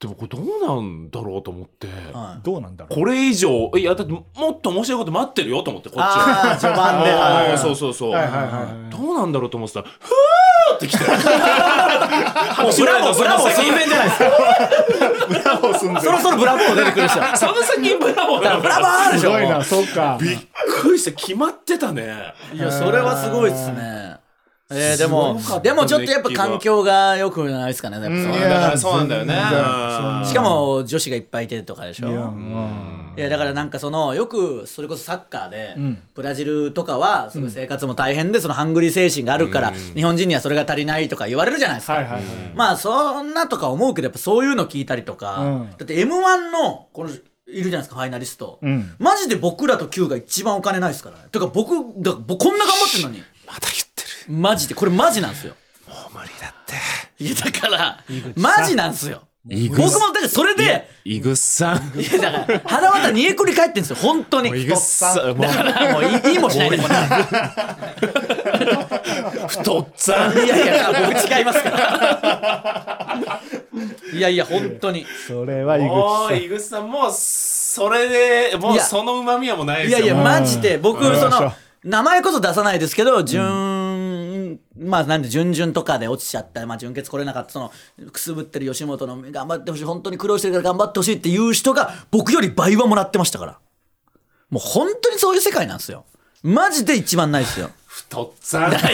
S1: でもこれどうなんだろうと思って、
S3: はい
S2: どうなんだろう
S1: これ以上、いや、だってもっと面白いこと待ってるよと思って、こっちは。
S3: ああ序盤ではい
S1: あ
S3: は
S1: あ
S3: い
S1: そうそうそう。
S2: はいはいはい
S1: どうなんだろうと思ってたら、ふーって来て。拍手笑いのそ
S3: ブラ
S1: の
S3: ボー寸
S1: 先、
S3: 前じゃないですかそろそろブラボー出てくるでしょ
S1: その先ブラボーだ
S3: ブラボーですしょ
S2: ごいなそうか
S1: びっくりして決まってたね。
S3: いやそれはすごいっすねえー、でも
S1: すごかった
S3: でもちょっとやっぱ環境が良くないですかねやっぱ
S2: うん
S3: そ
S1: だ
S3: の
S2: いや
S1: からそうなんだよね
S2: 全然
S3: しかも女子がいっぱいいてるとかでしょ
S2: いや、
S3: いやだからなんかそのよくそれこそサッカーで、
S2: ん
S3: ブラジルとかはその生活も大変でそのハングリー精神があるから、日本人にはそれが足りないとか言われるじゃないですか、
S2: はいはいはい
S3: まあそんなとか思うけどやっぱそういうの聞いたりとか、
S2: うん
S3: だって m 1のこのいるじゃないですかファイナリスト、
S2: うん
S3: マジで僕らと Q が一番お金ないですからねてか僕だ僕こんな頑張ってるのに
S1: また言ってる
S3: マジでこれマジなんですよ
S1: もう無理だって
S3: いやだからマジなんですよ
S1: 井
S3: 僕もだからそれで
S1: 井口さん
S3: いやだから腹渡煮えくり返ってんですよ本当に
S1: もう井口さんもう
S3: だからもういいいもしないでこんな
S1: 太っさん
S3: いやいや僕違いますからいやいや本当に
S2: それは井
S1: もう
S2: 口
S1: 井口さんもうそれでも
S3: いうや
S1: そのうまみはもうないです
S3: いや
S1: よ
S3: いや
S1: もう
S3: マジで僕
S2: うん
S3: そ
S2: わかりま
S3: の
S2: し
S3: 名前こそ出さないですけど準、まあなんで準々とかで落ちちゃった、まあ、準決来れなかったそのくすぶってる吉本の頑張ってほしい本当に苦労してるから頑張ってほしいっていう人が僕より倍はもらってましたからもう本当にそういう世界なんですよマジで一番ないですよ
S1: 太っさん
S3: いないです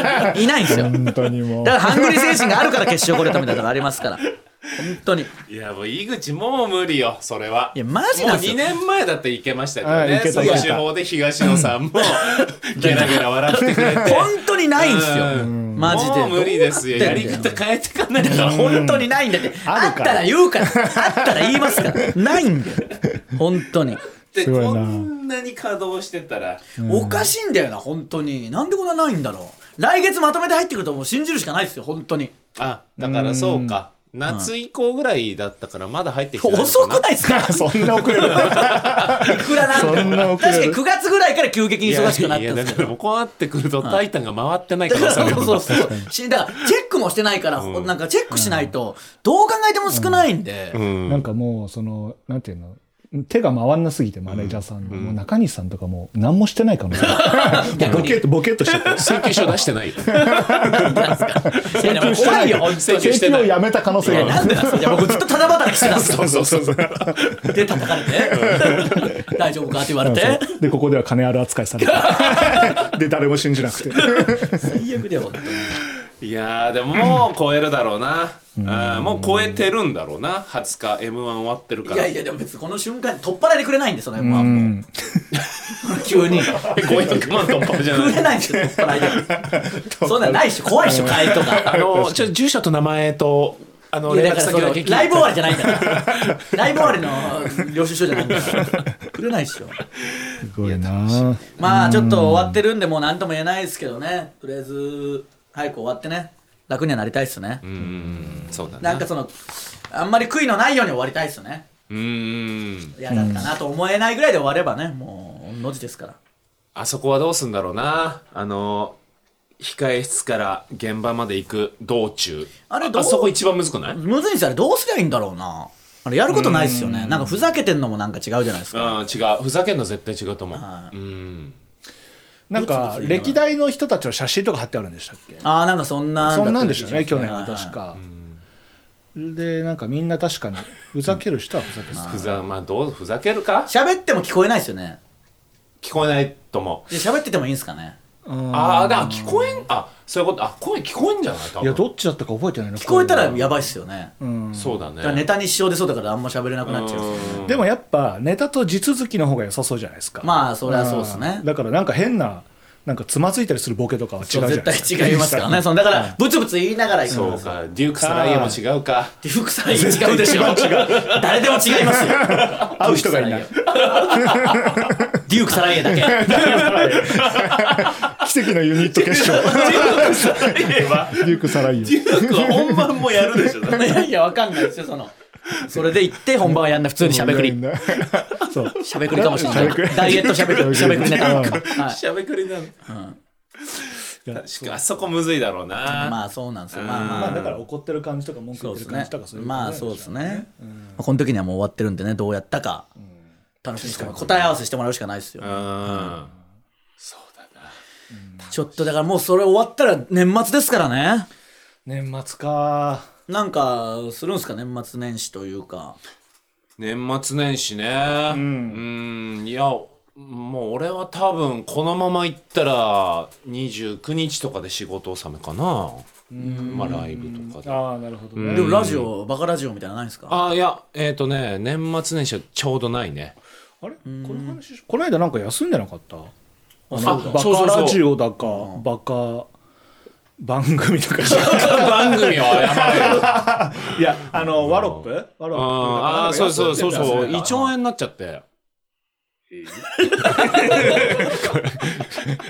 S3: よいないですよ
S2: さん本当にもう
S3: だからハングリー精神があるから決勝来れたみたいなのがありますから本当に
S1: いやもう井口もう無理よそれはい
S3: やマジなんですよ
S1: もう2年前だっていけましたけど
S2: はいい
S1: ね
S2: けた
S1: そ
S2: いけ
S1: の
S2: た
S1: 手法で東野さん もゲラゲラ笑ってくれて
S3: 本当にないんですよ
S1: うん
S3: マジで
S1: もう無理ですよ
S3: どう
S1: や
S3: なって
S1: り
S3: んだよ
S1: 方変えてかない
S3: だから
S1: と
S3: 本当にないんだって、あ
S2: ある
S3: った
S2: から
S3: ら言うからあったら言いますからないんだよ本当に、
S1: です
S2: ごいな
S1: こんなに稼働してたら
S3: おかしいんだよな本当になんでこんなないんだろう来月まとめて入ってくるともう信じるしかないですよ本当に
S1: あだからそうか夏以降ぐらいだったからまだ入ってきてないのか
S3: 遅くない ですか
S2: そんな遅れる
S3: いくらなんで
S2: そん
S3: も
S2: な遅れ
S3: 確
S2: る
S3: かに9月ぐらいから急激に忙しくなっ
S1: い
S3: て
S1: や
S3: るん
S1: いや
S3: で
S1: だ
S3: す
S1: か
S3: け
S1: らも
S3: ど
S1: うこうなってくると「タイタン」が回ってない
S3: だ
S1: 可
S3: か
S1: 能性
S3: ら
S1: が
S3: そうそうそうしだからチェックもしてないから、ほん、なんかチェックしないとどう考えても少ないんで、
S1: うん
S2: なんかもうそのなんていうの手が回んなすぎてマネージャーさんの、もう中西さんとかもう何もしてないかもボケっとボケっとしちゃ った
S1: 請求書出してないよ
S3: いやでも 怖いよ本当
S1: 請
S3: に
S1: 求
S2: 研
S1: してな
S2: 究を
S1: い
S2: やめた可能
S3: い
S2: 性
S3: や
S2: があ
S3: な
S2: る
S3: んでなんですかいや僕ずっとただ働きしてたんですよ
S1: そうそうそうそう
S3: で叩かれて大丈夫かって言われて
S2: そうでここでは金ある扱いされてで誰も信じなくて
S3: 最悪だよ本当に
S1: いやーでももう超えるだろうな、あーもう超えてるんだろうな20日 m 1終わってるか
S3: い
S1: ら
S3: やいやでも別にこの瞬間に取っ払いでくれないんですよねまあもう 急にく
S1: え500万突破じゃない
S3: れないんですよ取っ払い でそんなんないっしょ怖いっしょ替えと
S1: あ
S3: か
S1: のちょ住所と名前とあの
S3: いや
S1: 連絡
S3: だからそ
S1: 先
S3: の
S1: だ
S3: ラ
S1: け聞
S3: イ
S1: い
S3: ブ
S1: て
S3: 終わりじゃないんだからライブ終わりの領収書じゃないんだからくれないっしょ
S2: すごいな
S3: まあちょっと終わってるんでもう何とも言えないですけどねとりあえず早く終わってね楽にはなりたいっすね
S1: うーんそうだな
S3: なんかそのあんまり悔いのないように終わりたいっすね
S1: うーん
S3: 嫌だったなと思えないぐらいで終わればね、もう、の字ですから。
S1: あそこはどうすんだろうなあの控え室から現場まで行く道中
S3: あれどう
S1: そこ一番むずくない、
S3: むずいんですよ、あれどうすりゃいいんだろうな。あれやることないっすよね。なんかふざけてんのもなんか違うじゃないですか。
S1: うん、違うふざけんの絶対違うと思う、
S3: は
S1: うん
S2: なんか歴代の人たちの写真とか貼ってあるんでしたっけ
S3: ああ、なんかそんなだった
S2: そんなんでしたね
S3: 気が
S2: 去
S3: し
S2: 年
S3: ま
S2: は
S3: す
S2: 確。かでなんかみんな確かにふざける人はふざける
S1: ふざまあどうふざけるか
S3: はいはい喋っても聞こえないっすよね。
S1: 聞こえないと思う
S3: いや喋っててもいいんすかね。
S1: ああだから聞こえんあそういうことあ声聞こえんじゃない多分
S2: いやどっちだったか覚えてないな
S3: 聞こえたらやばいっすよね。
S1: そうだ
S3: だから
S1: ね
S3: ネタに支障でそうだからあんま喋れなくなっちゃうっすよね
S1: うん
S2: でもやっぱネタと地続きの方が良さそうじゃないですか
S3: まあ、それはそうっすね
S2: ん。だからなんか変ななんかつまずいたりするボケとかは違うじ
S3: そ
S2: ゃな
S3: う
S2: いです
S3: 絶対
S2: か
S3: 違いますからね。そのだから、ブツブツ言いながら行くん
S1: そう
S3: ですよ。
S1: かデュークスライヤーも違うか
S3: ディフクさん違うでしょ。誰でも違いますよ。
S2: 会う人がいない
S3: デュークサライエだけ。
S2: 奇跡のユニット決勝 デュークサラ イユ
S1: デュークは本番もやるでしょだって
S3: いやいや、わかんないですよ、その。それで行って、本番はやんない、普通にしゃべくり。
S2: そう
S3: しゃべくりかもしれな
S2: しゃべく
S3: い。
S2: り
S3: ダイエットしゃべくり、しゃべくりネタ。
S2: うん
S3: はい
S1: しゃべくりなの、確かあそこむずいだろうな、
S3: まあ、そうなんですよ。まあ
S2: まあ
S3: まあ。
S2: だから怒ってる感じとか文句言
S3: そう
S2: っ
S3: で
S2: てる
S3: す
S2: 感
S3: ね
S2: じとかそう。いう
S3: まあ、そうですね。この時にはもう終わってるんでね、どうやったか。楽しみにしてもらう答え合わせしてもらうしかないですよ。
S1: うんそうだな
S3: ちょっとだからもうそれ終わったら年末ですからね。
S2: 年末か
S3: なんかするんすか年末年始というか。
S1: 年末年始ねうんんいやもう俺は多分このまま行ったら29日とかで仕事納めかなまあライブとかで
S2: ああなるほど
S1: うん
S2: ね
S3: でもラジオ、バカラジオみたいなのないんですか
S1: あいやえっ、とね年末年始はちょうどないね
S2: あれこの話この間なんか休んでなかったあ
S1: そう
S2: の
S1: だ
S2: バ
S1: そうそうそ
S2: カ
S1: う
S2: ラジオだかバカ番組とか
S1: 番組を謝れ よ
S2: いやあのワロップワロップ
S1: ああそうそうそうそう胃腸
S2: 応
S1: 炎になっちゃって。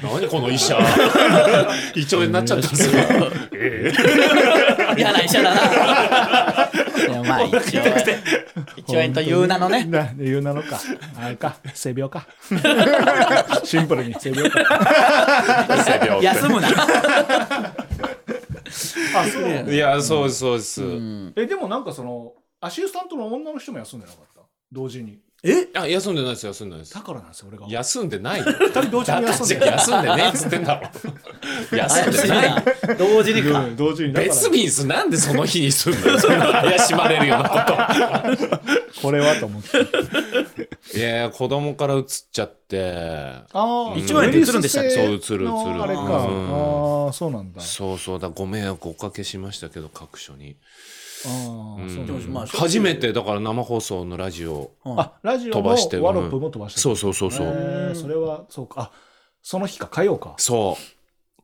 S1: 何この医 者胃腸炎になっちゃったんですよ。
S3: 嫌な医者だな。いや、まあ、一応、一応、円という名のね。
S2: な言うなのかあれか性病 かシンプルに性病か
S3: 休むな。
S2: あそうなんだ
S1: いやそうですそうです。
S3: うん
S2: えでもなんかそのアシスタントの女の人も休んでなかった同時に
S1: あ休んでないです休んでないです
S2: だ。からなんですよ俺が
S1: 休んでないよ。
S2: 二人同時に休んで
S1: だって休んでねえっつってんだろ。休んでない。
S3: い。同時にか。
S2: うん同時にだから
S1: 別日にすなんでその日にすん のよそんな怪しまれるようなこと。
S2: これはと思って
S1: いやいや子供から移っちゃって。
S2: あ
S1: 一番
S3: で映るんでしたっけ
S1: そう映る映る
S2: あれか、
S1: うん
S2: ああそうなんだあ
S1: そうそうだご迷惑おかけしましたけど各所に、
S2: あーそううん
S3: でもまあ
S1: 初めてだから生放送のラジオ
S3: うん
S2: あラジオ
S1: 飛
S2: も
S1: ばしてうん
S2: ワロップも飛ばして
S1: そううそうそうそう、
S2: そうそれはそうかあその日か火曜か
S1: そう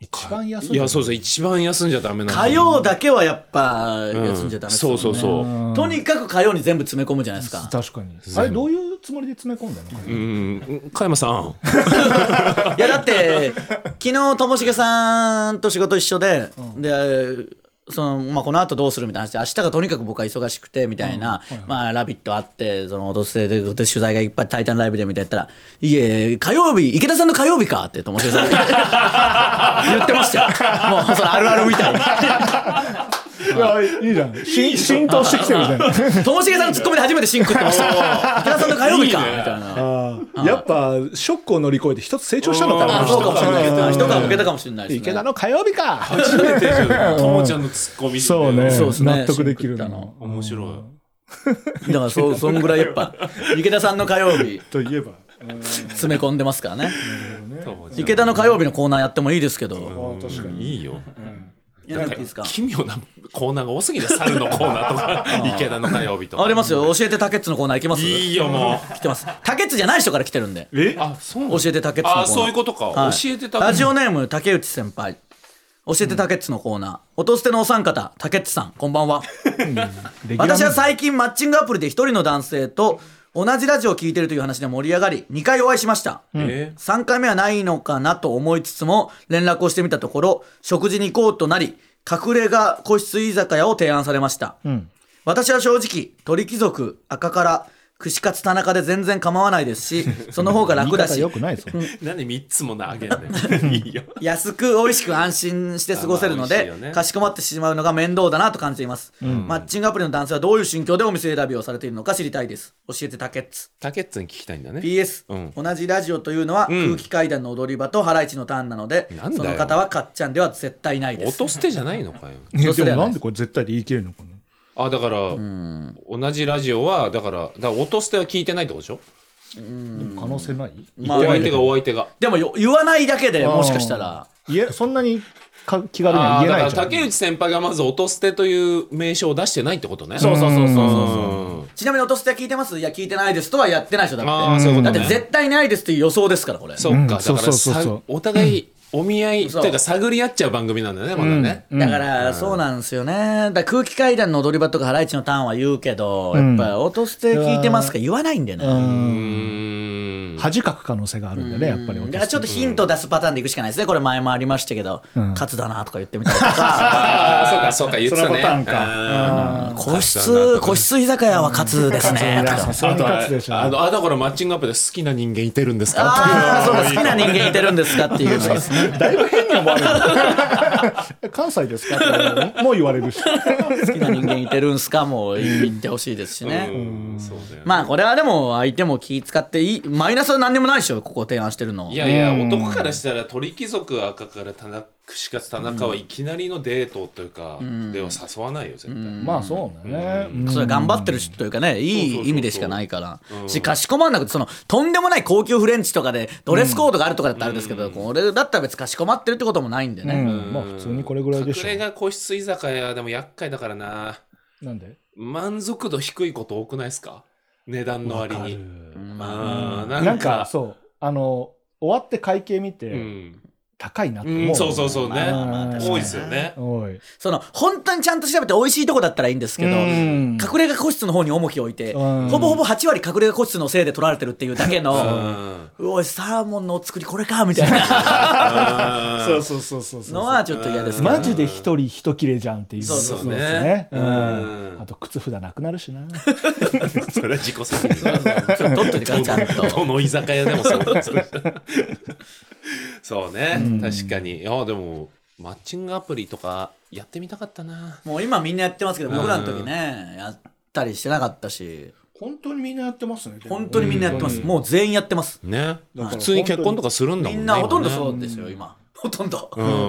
S2: 一番安い
S1: いやそうそう一番休んじゃダメなんだ
S3: 火曜だけはやっぱ、休んじゃダメですよ
S1: うん
S3: ね
S1: そうそうそう
S2: うん
S3: とにかく火曜に全部詰め込むじゃないですか。
S2: 確かに
S1: 全部
S2: あれどういうつもりで詰め込んだのかな
S1: うん加山さん
S3: いやだって昨日ともしげさんと仕事一緒で、でそのまあ、この後どうするみたいな話で明日がとにかく僕は忙しくてみたいな「まあ、ラビット!」あって「そのオドステで」で取材がいっぱい「タイタンライブ」でみたいな言ったら「いえ火曜日池田さんの火曜日か」ってともしげさん が言ってましたよもうそれあるあるみたい
S2: いやいいじゃん浸浸透してきてるじゃん
S3: にともしげさんのツッコミで初めてシンクってましたよ池田さんの火曜日か
S1: いいね
S3: みたいな。
S2: あーやっぱショックを乗り越えて一つ成長したのかな
S3: あ
S1: ん
S3: そうかもしれない
S1: うん
S3: 人が向けたかもしれないですね
S2: 池田の火曜日か
S1: 初めてじゃんともちゃんのツッコミで
S2: そうね
S3: そうっすね
S2: 納得できるな
S3: シンクっ
S1: 面白い
S3: だからそうそんぐらいやっぱ池田さんの火曜日
S2: といえば
S3: 詰め込んでますからね
S1: ともちゃん
S3: 池田の火曜日のコーナーやってもいいですけ
S2: あ
S3: ど、
S2: ー確かに
S1: いいよ
S3: やらなくていいですか
S1: 奇妙なコーナーが多すぎて猿のコーナーとか 池田の火曜日とか
S3: ありますよ教えてタケッツのコーナー行きます
S1: いいよも
S3: 来てますタケッツじゃない人から来てるんで
S1: うえあそう
S3: 教えてタケッツのコーナー
S1: あそういうことか、
S3: はい
S1: 教えてた
S3: ラジオネーム竹内先輩教えてタケッツのコーナー、音捨てのお三方竹内さんこんばんは私は最近マッチングアプリで一人の男性と同じラジオを聞いてるという話で盛り上がり2回お会いしました、
S1: え
S3: 3回目はないのかなと思いつつも連絡をしてみたところ食事に行こうとなり隠れ家個室居酒屋を提案されました、私は正直鳥貴族赤から串カツ田中で全然構わないで すしその方が楽だし
S2: よくないですよ
S1: なんで3つも投げんね んいいよ
S3: 安く美味しく安心して過ごせるの
S1: あまあ
S3: で
S1: 美味しいよね
S3: かしこまってしまうのが面倒だなと感じています、マッチングアプリの男性はどういう心境でお店選びをされているのか知りたいです教えてタケッツ
S1: タケッツに聞きたいんだね
S3: PS、
S1: うん
S3: 同じラジオというのは空気階段の踊り場とハライチのターンなので
S1: なんだ
S3: そ
S1: よ
S3: の方はかっちゃんでは絶対ないです
S1: 音捨てじゃないのかよ
S3: そうすり
S2: で
S3: ゃ
S2: も
S3: ね
S2: なんでこれ絶対で言い切れるのかな
S1: あだから、同じラジオはだからだから音捨ては聞いてないってことでしょ
S2: 可能性ない
S3: まあ
S1: お相手がお相手が
S3: でもよ言わないだけでもしかしたら
S2: いえそんなにか気軽には
S1: あー
S2: 言
S1: だ
S2: えな
S1: か
S2: い
S1: ら
S2: じゃん
S1: 竹内先輩がまず音捨てという名称を出してないってことねそう
S2: そうそうそうそう
S1: そ
S3: ちなみに音捨ては聞いてますいや聞いてないですとはやってないでしょだ
S1: あー
S3: って
S1: そういうこと
S3: だ
S1: ね
S3: って絶対ないですっていう予想ですからこれ
S1: そっかだ
S2: そ
S1: か
S2: うそう
S1: ら
S2: そうそう
S1: さお互いお見合い
S3: そう
S1: というか探り合っちゃう番組なんだねまだね
S3: だからそうなんですよねだから空気階段の踊り場とかハライチのターンは言うけどやっぱ音捨て聞いてますか言わないんでね
S1: うーん
S2: 恥かく可能性があるんだよねやっぱり
S3: だからちょっとヒント出すパターンでいくしかないですねこれ前もありましたけど「勝つだな」とか言ってみたり とか
S1: あーそうかそうか言ってたね
S2: そのパターンか
S1: か
S3: 「個室個室居酒屋は勝つですね」とか
S2: さすがに勝つでしょ
S1: あのあだからマッチングアップで好きな人間いてるんですか
S3: ああ、そうだ、好きな人間いてるんですかっていうのですね。
S2: だいぶ変に思われる関西ですかってもう言われるし
S3: 好きな人間いてるんすかも言ってほしいですし
S1: う
S3: ね。
S1: んそうだよね
S3: まあ、これはでも、相手も気使っていい、マイナスそれ何にもないでしょここ提案してるの
S1: いやいや、
S2: うん
S1: 男からしたら鳥貴族赤から田中串カツ田中はいきなりのデートというか、では誘わないよ絶対、
S2: まあそうだね、うん
S3: それは頑張ってるしというかねいい意味でしかないからしかしこまんなくてそのとんでもない高級フレンチとかでドレスコードがあるとかだったらあれですけど、これだったら別にかしこまってるってこともないんで
S2: う
S3: ね、
S2: んまあ普通にこれぐらいでし
S1: 隠れ
S2: ょ
S1: 家個室居酒屋でも厄介だからな
S2: なんで
S1: 満足度低いこと多くないですか値段の割にあーなんか
S2: なんかそうあの終わって会計見て、
S1: うん、
S2: 高いなって
S1: うん
S2: 思う、
S1: そうそうそうね、
S2: まあまあまあ
S1: 多いですよね
S2: おい
S3: その本当にちゃんと調べて美味しいとこだったらいいんですけど、
S2: うん
S3: 隠れ家個室の方に重きを置いて、
S2: うん
S3: ほぼほぼ8割隠れ家個室のせいで取られてるっていうだけ
S1: う
S3: の、
S1: ん
S3: うおいサーモンのお作りこれかみたいな
S2: そうそうそうそう そう
S3: のはちょっと嫌ですけど
S2: マジで一人一切れじゃんっていう
S3: そうそう
S1: そう
S2: ですねう
S1: うん
S2: んあと靴札なくなるしな
S1: それは自己責任だ
S3: ちょっと取っといてからちゃんと。
S1: どの居酒屋でも そうですよそうね、確かにいやでもマッチングアプリとかやってみたかったな
S3: もう今みんなやってますけど僕らの時ねやったりしてなかったし
S2: 本当にみんなやってますね
S3: 本当にみんなやってます
S2: うん
S3: もう全員やってます
S1: ね
S2: から
S1: 普通に結婚とかするんだ
S3: み
S1: もんね
S3: んなほとんど
S1: 今ね
S3: そうですよ今ほとんど
S1: ん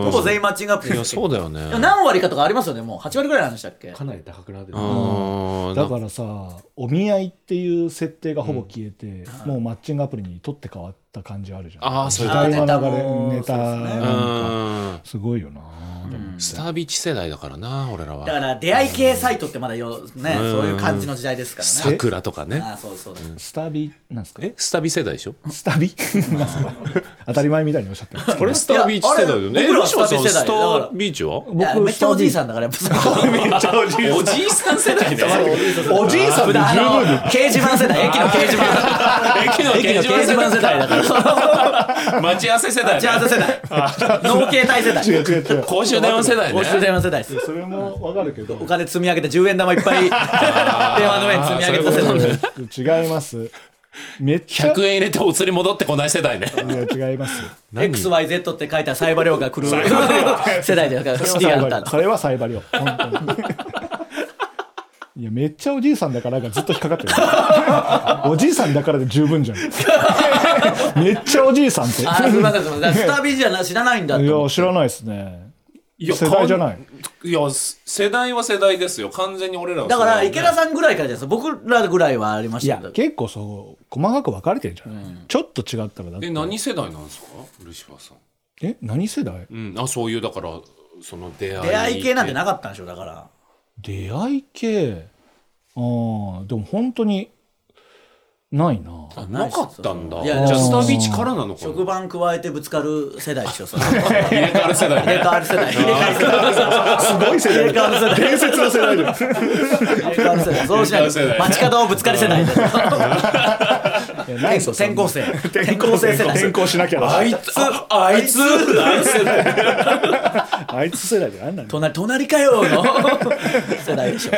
S3: ほぼ全員マッチングアプリ
S1: いやそうだよね
S3: でも何割かとかありますよねもう8割ぐらいの話だっけ
S4: かなり高くなってる
S1: うん
S2: だからさお見合いっていう設定がほぼ消えて、もうマッチングアプリに取って変わった感じあるじゃん
S1: あーそういうこ
S2: 時代の流
S3: あーネタも
S2: れネタなんか
S1: うん
S2: すごいよな、でも
S1: スタービーチ世代だからな俺ら
S3: だか
S1: は
S3: ら出会い系サイトってまだよねそういう感じの時代ですからね
S1: さくらとかね
S3: あそうそう
S2: スタビなんですか
S1: えスタビ世代でしょ
S2: スタビなんすか当たり前みたいにおっしゃってます
S1: これスタービーチ世代だよね
S3: いやあれ
S1: え
S3: 僕らは
S1: 吉本さん
S3: スタービーチ世代だから
S1: スタービーチはい
S3: やめっちゃおじいさんだからやっぱそう
S1: おじいさん世代ね
S2: おじいさんで
S3: あ
S2: 十分
S3: の掲示板世代駅の掲示板
S1: 駅の掲
S3: 駅の掲示板世代だから
S1: ら待ち合わせ世代ね
S3: 打ち合わせ世代農携帯世代
S2: 違う違う違う
S1: 公衆電話世代ね
S3: お世代世代です
S2: それもわかるけど
S3: お金積み上げて10円玉いっぱい電話の上に積み上げさせ
S1: あー
S3: た
S1: そう
S3: の
S1: いう
S3: に
S1: こ
S2: 違いますめっちゃ
S1: 100円入れてお釣り戻ってこない世代ね
S2: いや違いますよ
S3: XYZ って書いたサイバ量が来る世代ですからシティがあったの
S2: それはサイバリオ本当にいやめっちゃおじいさんだからがずっと引っかかってるおじいさんだからで十分じゃんめっちゃおじいさんってい
S3: あーすみませんすみませんスタービーじゃ知らないんだって
S2: や知らないですね
S1: いや
S2: 世代じゃない
S1: いや世代は世代ですよ完全に俺らの世
S3: だ
S1: 代
S3: か
S1: ね
S3: ら池田さんぐらいからじゃないですか僕らぐらいはありま
S2: い
S3: した
S2: や
S3: けど
S2: 結構そう細かく分かれてるじゃない、ちょっと違ったらだって
S1: え何世代なんですか漆島さん
S2: え何世代
S1: うんあそういうだからその出会い
S3: 出会い系なんてなかったんでしょだから
S2: 出会い系あーでも本当にないな
S1: なかったんだ
S3: い
S1: じ
S3: や
S1: ゃあスタービーチからなのかな
S3: 食番加えてぶつかる世代でしょ それ
S1: 入れ替わる世代
S3: 入れ
S1: ね
S3: 替わる世代入れ替わる世代
S2: すごい世代
S3: 代だ
S2: 伝説の世代だよ
S3: 入れ替わる世代そうしないと街角をぶつかる世代
S2: ない
S3: 転校生転校生世代
S2: 転校しなきゃな
S1: あいつああいつあいつ世代
S2: あいつ世代じゃないんだね
S3: 隣隣かよの世代でしょ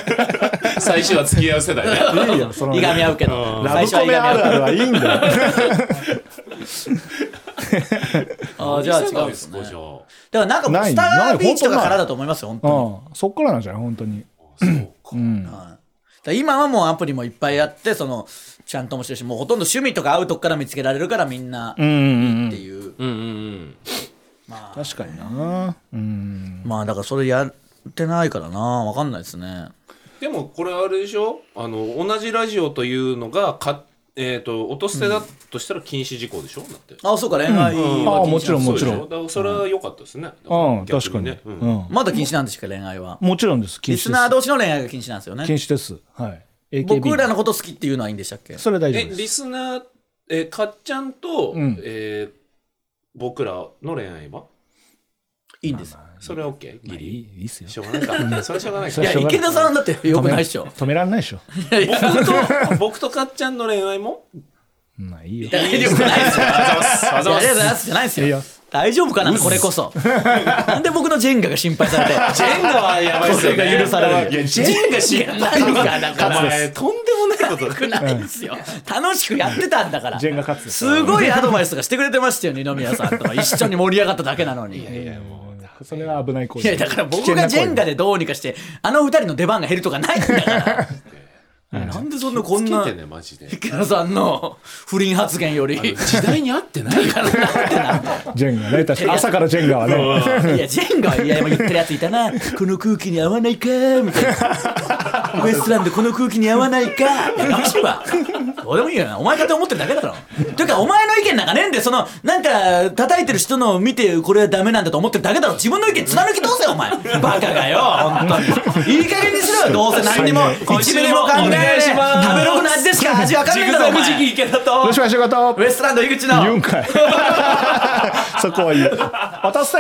S1: 最初は付き合う世代ね
S2: いいよその
S3: いがみ合うけ
S1: う
S3: ど
S2: ラブコメあるあるはいいんだよ
S3: ああじゃあ違うん
S1: 何世代
S3: で
S1: ですす
S3: ね
S1: かじゃあ
S3: だからなんかもう
S2: ない
S3: スタービーチと
S2: ない本当な
S3: か
S2: い
S3: からだと思いますよ本当
S2: う
S3: に
S2: んそっからなんじゃない本当に
S3: だから今はもうアプリもいっぱいあってそのちゃんと面白いしもうほとんど趣味とか合うとこから見つけられるからみんな
S2: うんうん
S3: っていう
S1: うんうん
S3: まあ
S2: 確かになうん
S3: まあだからそれやってないからなわかんないですね
S1: でもこれあれでしょあの同じラジオというのがかえっ、と音捨てだとしたら禁止事項でしょだって、
S3: あそうか恋愛
S2: あ
S3: は
S2: あもちろん
S1: そうで
S2: も
S1: し
S2: ち
S1: ょ
S2: ろん
S1: だからそれは良かったですね、だら
S2: うん確
S1: 逆
S2: かに
S1: ね
S2: う
S1: うん
S2: ん
S3: まだ禁止なんですか恋愛は
S2: もちろんです禁
S3: リ
S2: 止
S3: スナ
S2: で
S3: ー同士の恋愛が禁止なんですよ
S2: す禁
S3: ね
S2: 止ですはい
S3: 僕ら
S2: の
S3: のこと好きっていうのはいいんでしたっけ
S2: それ大丈
S1: え
S2: 夫で
S1: リ
S2: す
S1: スナー、えー、かっちゃんと、
S2: ん
S1: えー僕らの恋愛はい
S3: いんです
S1: それは OK ギリ、
S2: いいっすよ
S1: しょうがないかそれはしょうがないか
S3: いや
S2: しょうがない
S3: 池田さんだってよくないっしょ
S2: 止めらんないでしょ
S1: 僕と僕とかっちゃんの恋愛も
S2: まあいいよ
S3: 大丈夫ないですよ。あざます。あざます。じゃないです
S2: いい
S3: よ
S2: よ。
S3: 大丈夫かなこれこそ。なんで僕のジェンガが心配されて。
S1: ジェンガはやばいっすよ、ね、
S3: それが許される
S1: いやジェンガし
S3: ないからだか
S1: お
S3: ら。
S1: 前とんでもないことだ
S3: ないですよ。楽しくやってたんだから。
S2: ジェンガ勝つです
S3: すごいアドバイスがしてくれてましたよ、二宮さんとか。一緒に盛り上がっただけなのに。い
S2: それは危ない行為
S3: や、だから僕がジェンガでどうにかして、あの二人の出番が減るとかないんだから。なんでそんなこんな
S1: つけてねマジで
S3: 池田さんの不倫発言より
S1: 時代に合ってない から
S2: ジェンガね確か朝からジェンガはね
S3: いや、ジェンガはいや、今言ってるやついたな。この空気に合わないかみたい な。ウエストランドこの空気に合わないかいや、楽しいわ。どうでもいいよな。お前かと思ってるだけだろ。というか、お前の意見なんかねえんで、その、なんか、叩いてる人のを見て、これはダメなんだと思ってるだけだろ。自分の意見貫き通せよ、お前。バカがよ、本当に。いい加減にしろよ、どうせ何にも、一ミリも考えねえ。食べログの味でしか味わかんねえんだろ、お前
S1: ジグザグ時期池田
S2: ど
S1: と
S2: うしましょうかと
S3: ウエストランド井口
S2: 言う
S3: の
S2: ん。かいそこはいい渡せ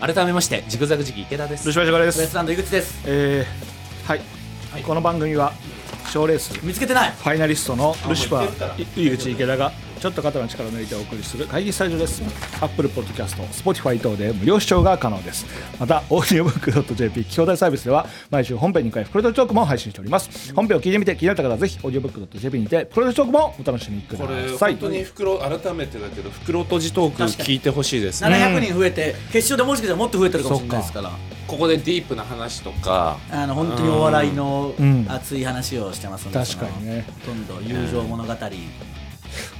S1: 改めましてジグザグ時期池田です
S2: ルシファーショカレで
S3: ウエ
S2: す
S3: ストランド井口です。
S2: えーはい、
S3: い
S2: この番組は賞レースフ
S3: 見つけてない。
S2: ァイナリストのルシファーい井口池田がちょっと肩の力を抜いてお送りする会議スタジオですアップルポッドキャスト Spotify 等で無料視聴が可能ですまたオーディオブック .jp 兄弟サービスでは毎週本編2回フロイトトークも配信しております本編を聞いてみて気になった方はぜひオーディオブック .jp にてフロイトトークもお楽しみくだ
S1: これ
S2: さい
S1: 本当に袋改めてだけど袋閉じトーク聞いてほしいですね
S3: 700人増えて、決勝でもしかしたらもっと増えてるかもしれないですから。
S1: ここでディープな話とか
S3: あの本当にお笑いの
S2: ん
S3: 熱い話をしてますので、
S2: 確かにね
S3: そのほとんど友情物語、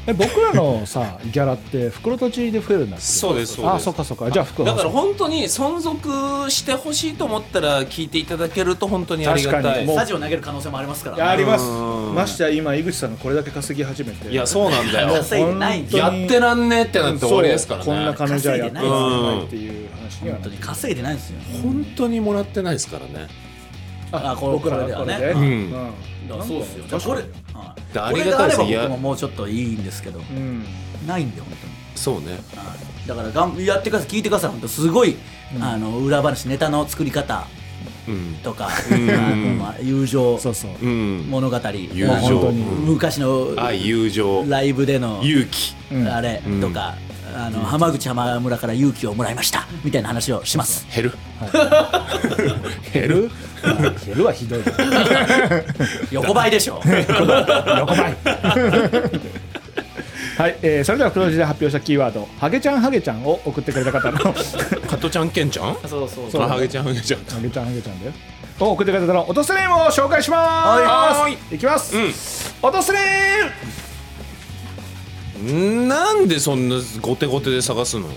S2: え僕らのさギャラって袋とじで増えるんだっけ
S1: そうですそうです
S2: あそっかそっかじゃあ袋
S1: だから本当に存続してほしいと思ったら聞いていただけると本当にありが
S2: 確
S1: た
S2: か
S1: い
S2: にもう
S3: スタジオ投げる可能性もありますか
S2: いやあ
S3: ら、
S2: ります
S1: うん
S2: ましてや今井口さんがこれだけ稼ぎ始めて
S1: いやそうなんだよ
S3: 稼いでないんですよ
S1: やってらんねえってなって終わりですからね
S2: そうこんな金じゃやってられないっていう話には
S3: 本
S2: な
S3: 当
S2: る
S3: に稼いでないんですよ、
S1: 本当にもらってないですからね
S3: あこ
S2: 僕ら
S3: これで
S2: は
S3: は
S2: これ
S3: ね
S2: で
S1: うん
S3: だからそうですよ
S2: 確か
S3: これ,、
S2: に
S1: だ
S3: はい、これ
S1: ありが
S3: が
S1: た
S3: あ
S1: いで
S3: れ
S1: す
S3: ば
S1: いや
S3: 僕ももうちょっといいんですけど
S2: うん
S3: ないんで本当に
S1: そうね
S3: はいだからがんやってください聞いてください本当すごい、あの裏話ネタの作り方
S1: うん
S3: とか、
S1: ん
S3: あの友情
S2: そうそう
S1: うん
S3: 物語
S1: 友
S2: まあ本当
S1: 情
S2: に
S3: 昔の
S1: 愛友情
S3: ライブでの
S1: 勇気
S2: うん
S3: あれとか、あの浜口浜村から勇気をもらいましたみたいな話をします。
S1: 減る
S2: 減るまあ減るはひどい
S3: 横ばいで しょ。
S2: 横ばい はい、えー、それでは袋とじで発表したキーワード「ハゲちゃんハゲちゃん」を送ってくれた 方のハ
S1: 加トちゃんケンちゃん
S3: そうそう
S1: あハゲちゃんハゲちゃん
S2: ゲちゃんハゲちゃんだよを送ってくれた方の落とすネームを紹介します
S1: はい
S2: いきます、落とすネーム
S1: なんでそんなゴテゴテで探すの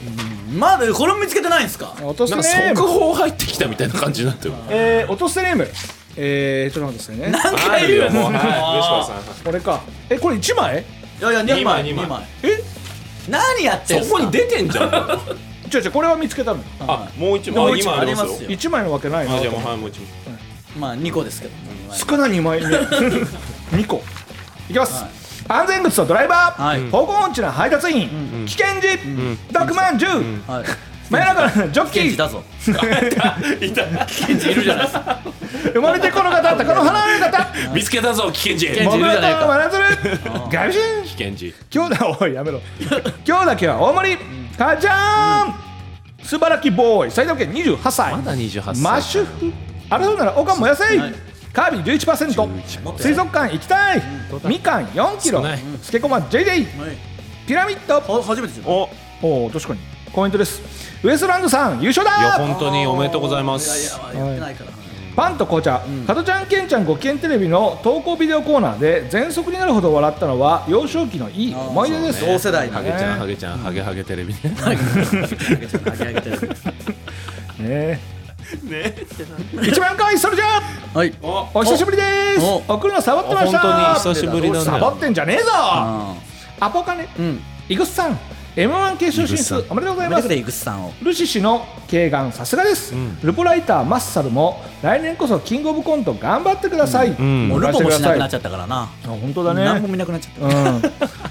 S3: まだこれも見つけてないんですか。
S2: 落とす
S1: なんか
S2: ネー
S1: 速
S2: ム、
S1: 報入ってきたみたいな感じになってる
S2: えー、落とすネーム、えー、ちょっと待ってくださいね。
S3: 何
S1: あ
S3: 回
S1: る
S3: 言
S1: よ
S3: うの
S1: もうはい吉
S2: これか。え、これ一枚？
S3: いやいや二枚
S1: 二
S3: 二
S1: 枚
S3: 枚
S2: え、
S3: 何やって
S1: 川さん
S3: んす
S1: そ
S3: か。
S1: こに出てんじゃん
S2: 違う違う、これは見つけたの。
S1: あもう一
S3: も
S1: 枚
S3: う一枚
S1: 今ありま
S3: ありますす
S1: よ
S3: よ
S2: 一枚のわけないな
S1: あじ
S2: と
S1: ゃあも
S2: 思
S1: う
S2: って。
S1: はいもう一枚
S3: まあ二個ですけど。二枚
S2: 少な二枚目。二個。いきます。安全靴とドライバー、
S3: はい
S2: 方向音痴な配達員、危険児、毒まんじゅう、
S3: はい。
S2: 真夜中のジョッキ
S3: ケンジ
S2: ー、
S3: だぞ。
S1: いた
S3: ケンジいるじゃないですか。
S2: 生まれてこの方、高野花の方、
S1: 見つけたぞ危険
S3: 危
S1: 児
S3: 険
S2: モ
S3: 児い
S2: グラ
S3: るじ
S2: と
S3: ゃない
S2: 真
S3: か
S2: 鶴、ガビシン。
S1: 危険児
S2: 今日だおいやめろ今日だけは大盛りかじゃーん素晴らしきボーイ埼玉県28歳
S1: まだ28歳
S2: マッシュフ争うならおかん燃やせ
S3: はい
S2: カービィ11%水族館行きたいみかん4キロ
S1: 少ない
S2: スケコマ JJ
S3: はい
S2: ピラミッド
S3: は初めてですよ。
S1: お
S2: おお確かにコメントですウエストランドさん優勝
S1: いや
S2: だ
S1: 本当におめでとうございま
S3: いやい
S1: す
S3: や言ってないから。
S2: パンと紅茶、加トちゃんけんちゃんごきげんテレビの投稿ビデオコーナーで全速になるほど笑ったのは幼少期のいい思い出です、
S3: 同世代の
S1: ハ
S3: ハ
S1: ゲ
S3: ゲ
S1: ち
S2: ち
S1: ゃ
S2: ゃ
S1: ん
S2: ん
S1: ハゲちゃんハゲハゲテレビね
S3: ちょっと上げ上げてる
S2: ねね一番可愛いそれじゃ
S3: はい。
S1: お
S2: お久しぶりです
S3: お
S2: 送るのサボってました
S1: 本当に久しぶりだね
S2: サボってんじゃねえぞ
S3: あ
S2: アポカネ
S3: ーうん。
S2: イグスさん M1 決勝進
S1: イグ
S2: 出
S1: スさ
S2: おめでとうござい
S3: め
S2: ま
S3: てく
S2: す
S3: れイグスさんを。
S2: ルシ氏の慶願さすがです、ルポライターマッサルも来年こそキングオブコント頑張ってください、
S1: ん
S3: もうル
S2: 任せて
S3: ポも
S2: くだ
S3: しな
S2: さい
S3: くなっちゃったからな。
S2: あ本当だね
S3: 何も見なくなっちゃった。
S2: うん、